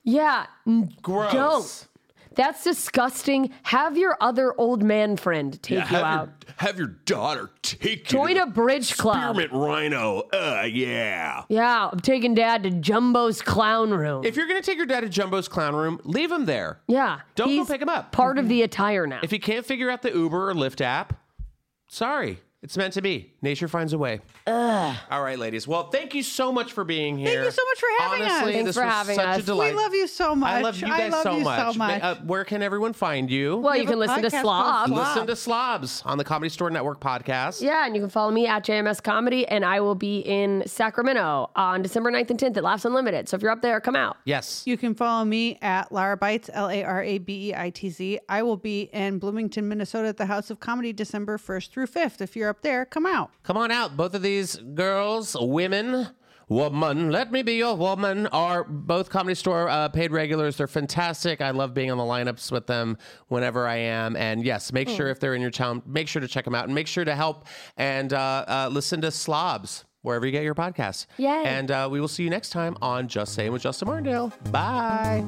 [SPEAKER 2] Yeah. n-
[SPEAKER 1] Gross.
[SPEAKER 2] Don't. That's disgusting. Have your other old man friend take
[SPEAKER 1] Yeah,
[SPEAKER 2] you
[SPEAKER 1] have,
[SPEAKER 2] out.
[SPEAKER 1] your, have your daughter take
[SPEAKER 2] Join
[SPEAKER 1] you to
[SPEAKER 2] a bridge club.
[SPEAKER 1] Spearmint Rhino. Uh, yeah.
[SPEAKER 2] Yeah, I'm taking dad to Jumbo's clown room.
[SPEAKER 1] If you're gonna take your dad to Jumbo's clown room, leave him there.
[SPEAKER 2] yeah.
[SPEAKER 1] Don't go
[SPEAKER 2] he's
[SPEAKER 1] pick him up. Mm-hmm.
[SPEAKER 2] Part of the attire now.
[SPEAKER 1] If he can't figure out the Uber or Lyft app, sorry. It's meant to be. Nature finds a way. All right, ladies. Well, thank you so much for being here.
[SPEAKER 3] you so much for having us.
[SPEAKER 1] Honestly,
[SPEAKER 3] Thanks
[SPEAKER 1] this
[SPEAKER 2] for
[SPEAKER 1] was
[SPEAKER 2] having
[SPEAKER 1] such a
[SPEAKER 2] us. We
[SPEAKER 1] delight.
[SPEAKER 3] We love you so much.
[SPEAKER 1] I love you guys so,
[SPEAKER 3] you
[SPEAKER 1] much.
[SPEAKER 3] so
[SPEAKER 1] Ma-
[SPEAKER 3] much.
[SPEAKER 1] uh, where can everyone find you?
[SPEAKER 2] well, you
[SPEAKER 3] have
[SPEAKER 2] can
[SPEAKER 3] a
[SPEAKER 2] listen to
[SPEAKER 3] podcast
[SPEAKER 2] Slob.
[SPEAKER 3] called Slob.
[SPEAKER 1] Listen to Slobs on the Comedy Store Network podcast.
[SPEAKER 2] Yeah, and you can follow me at JMS Comedy, and I will be in Sacramento on December 9th and 10th at Laughs Unlimited. So if you're up there, come out.
[SPEAKER 1] Yes.
[SPEAKER 3] You can follow me at Lara Bites, L A R A B E I T Z. I will be in Bloomington, Minnesota at the House of Comedy December 1st through 5th. If you're up there, come out.
[SPEAKER 1] Come on out. Both of these girls, women, woman, let me be your woman, are both Comedy Store uh, paid regulars. They're fantastic. I love being on the lineups with them whenever I am. And yes, make sure if they're in your town, make sure to check them out and make sure to help and uh, uh, listen to Slobs wherever you get your podcasts.
[SPEAKER 2] Yay.
[SPEAKER 1] And uh, we will see you next time on Just Saying with Justin Martindale. Bye.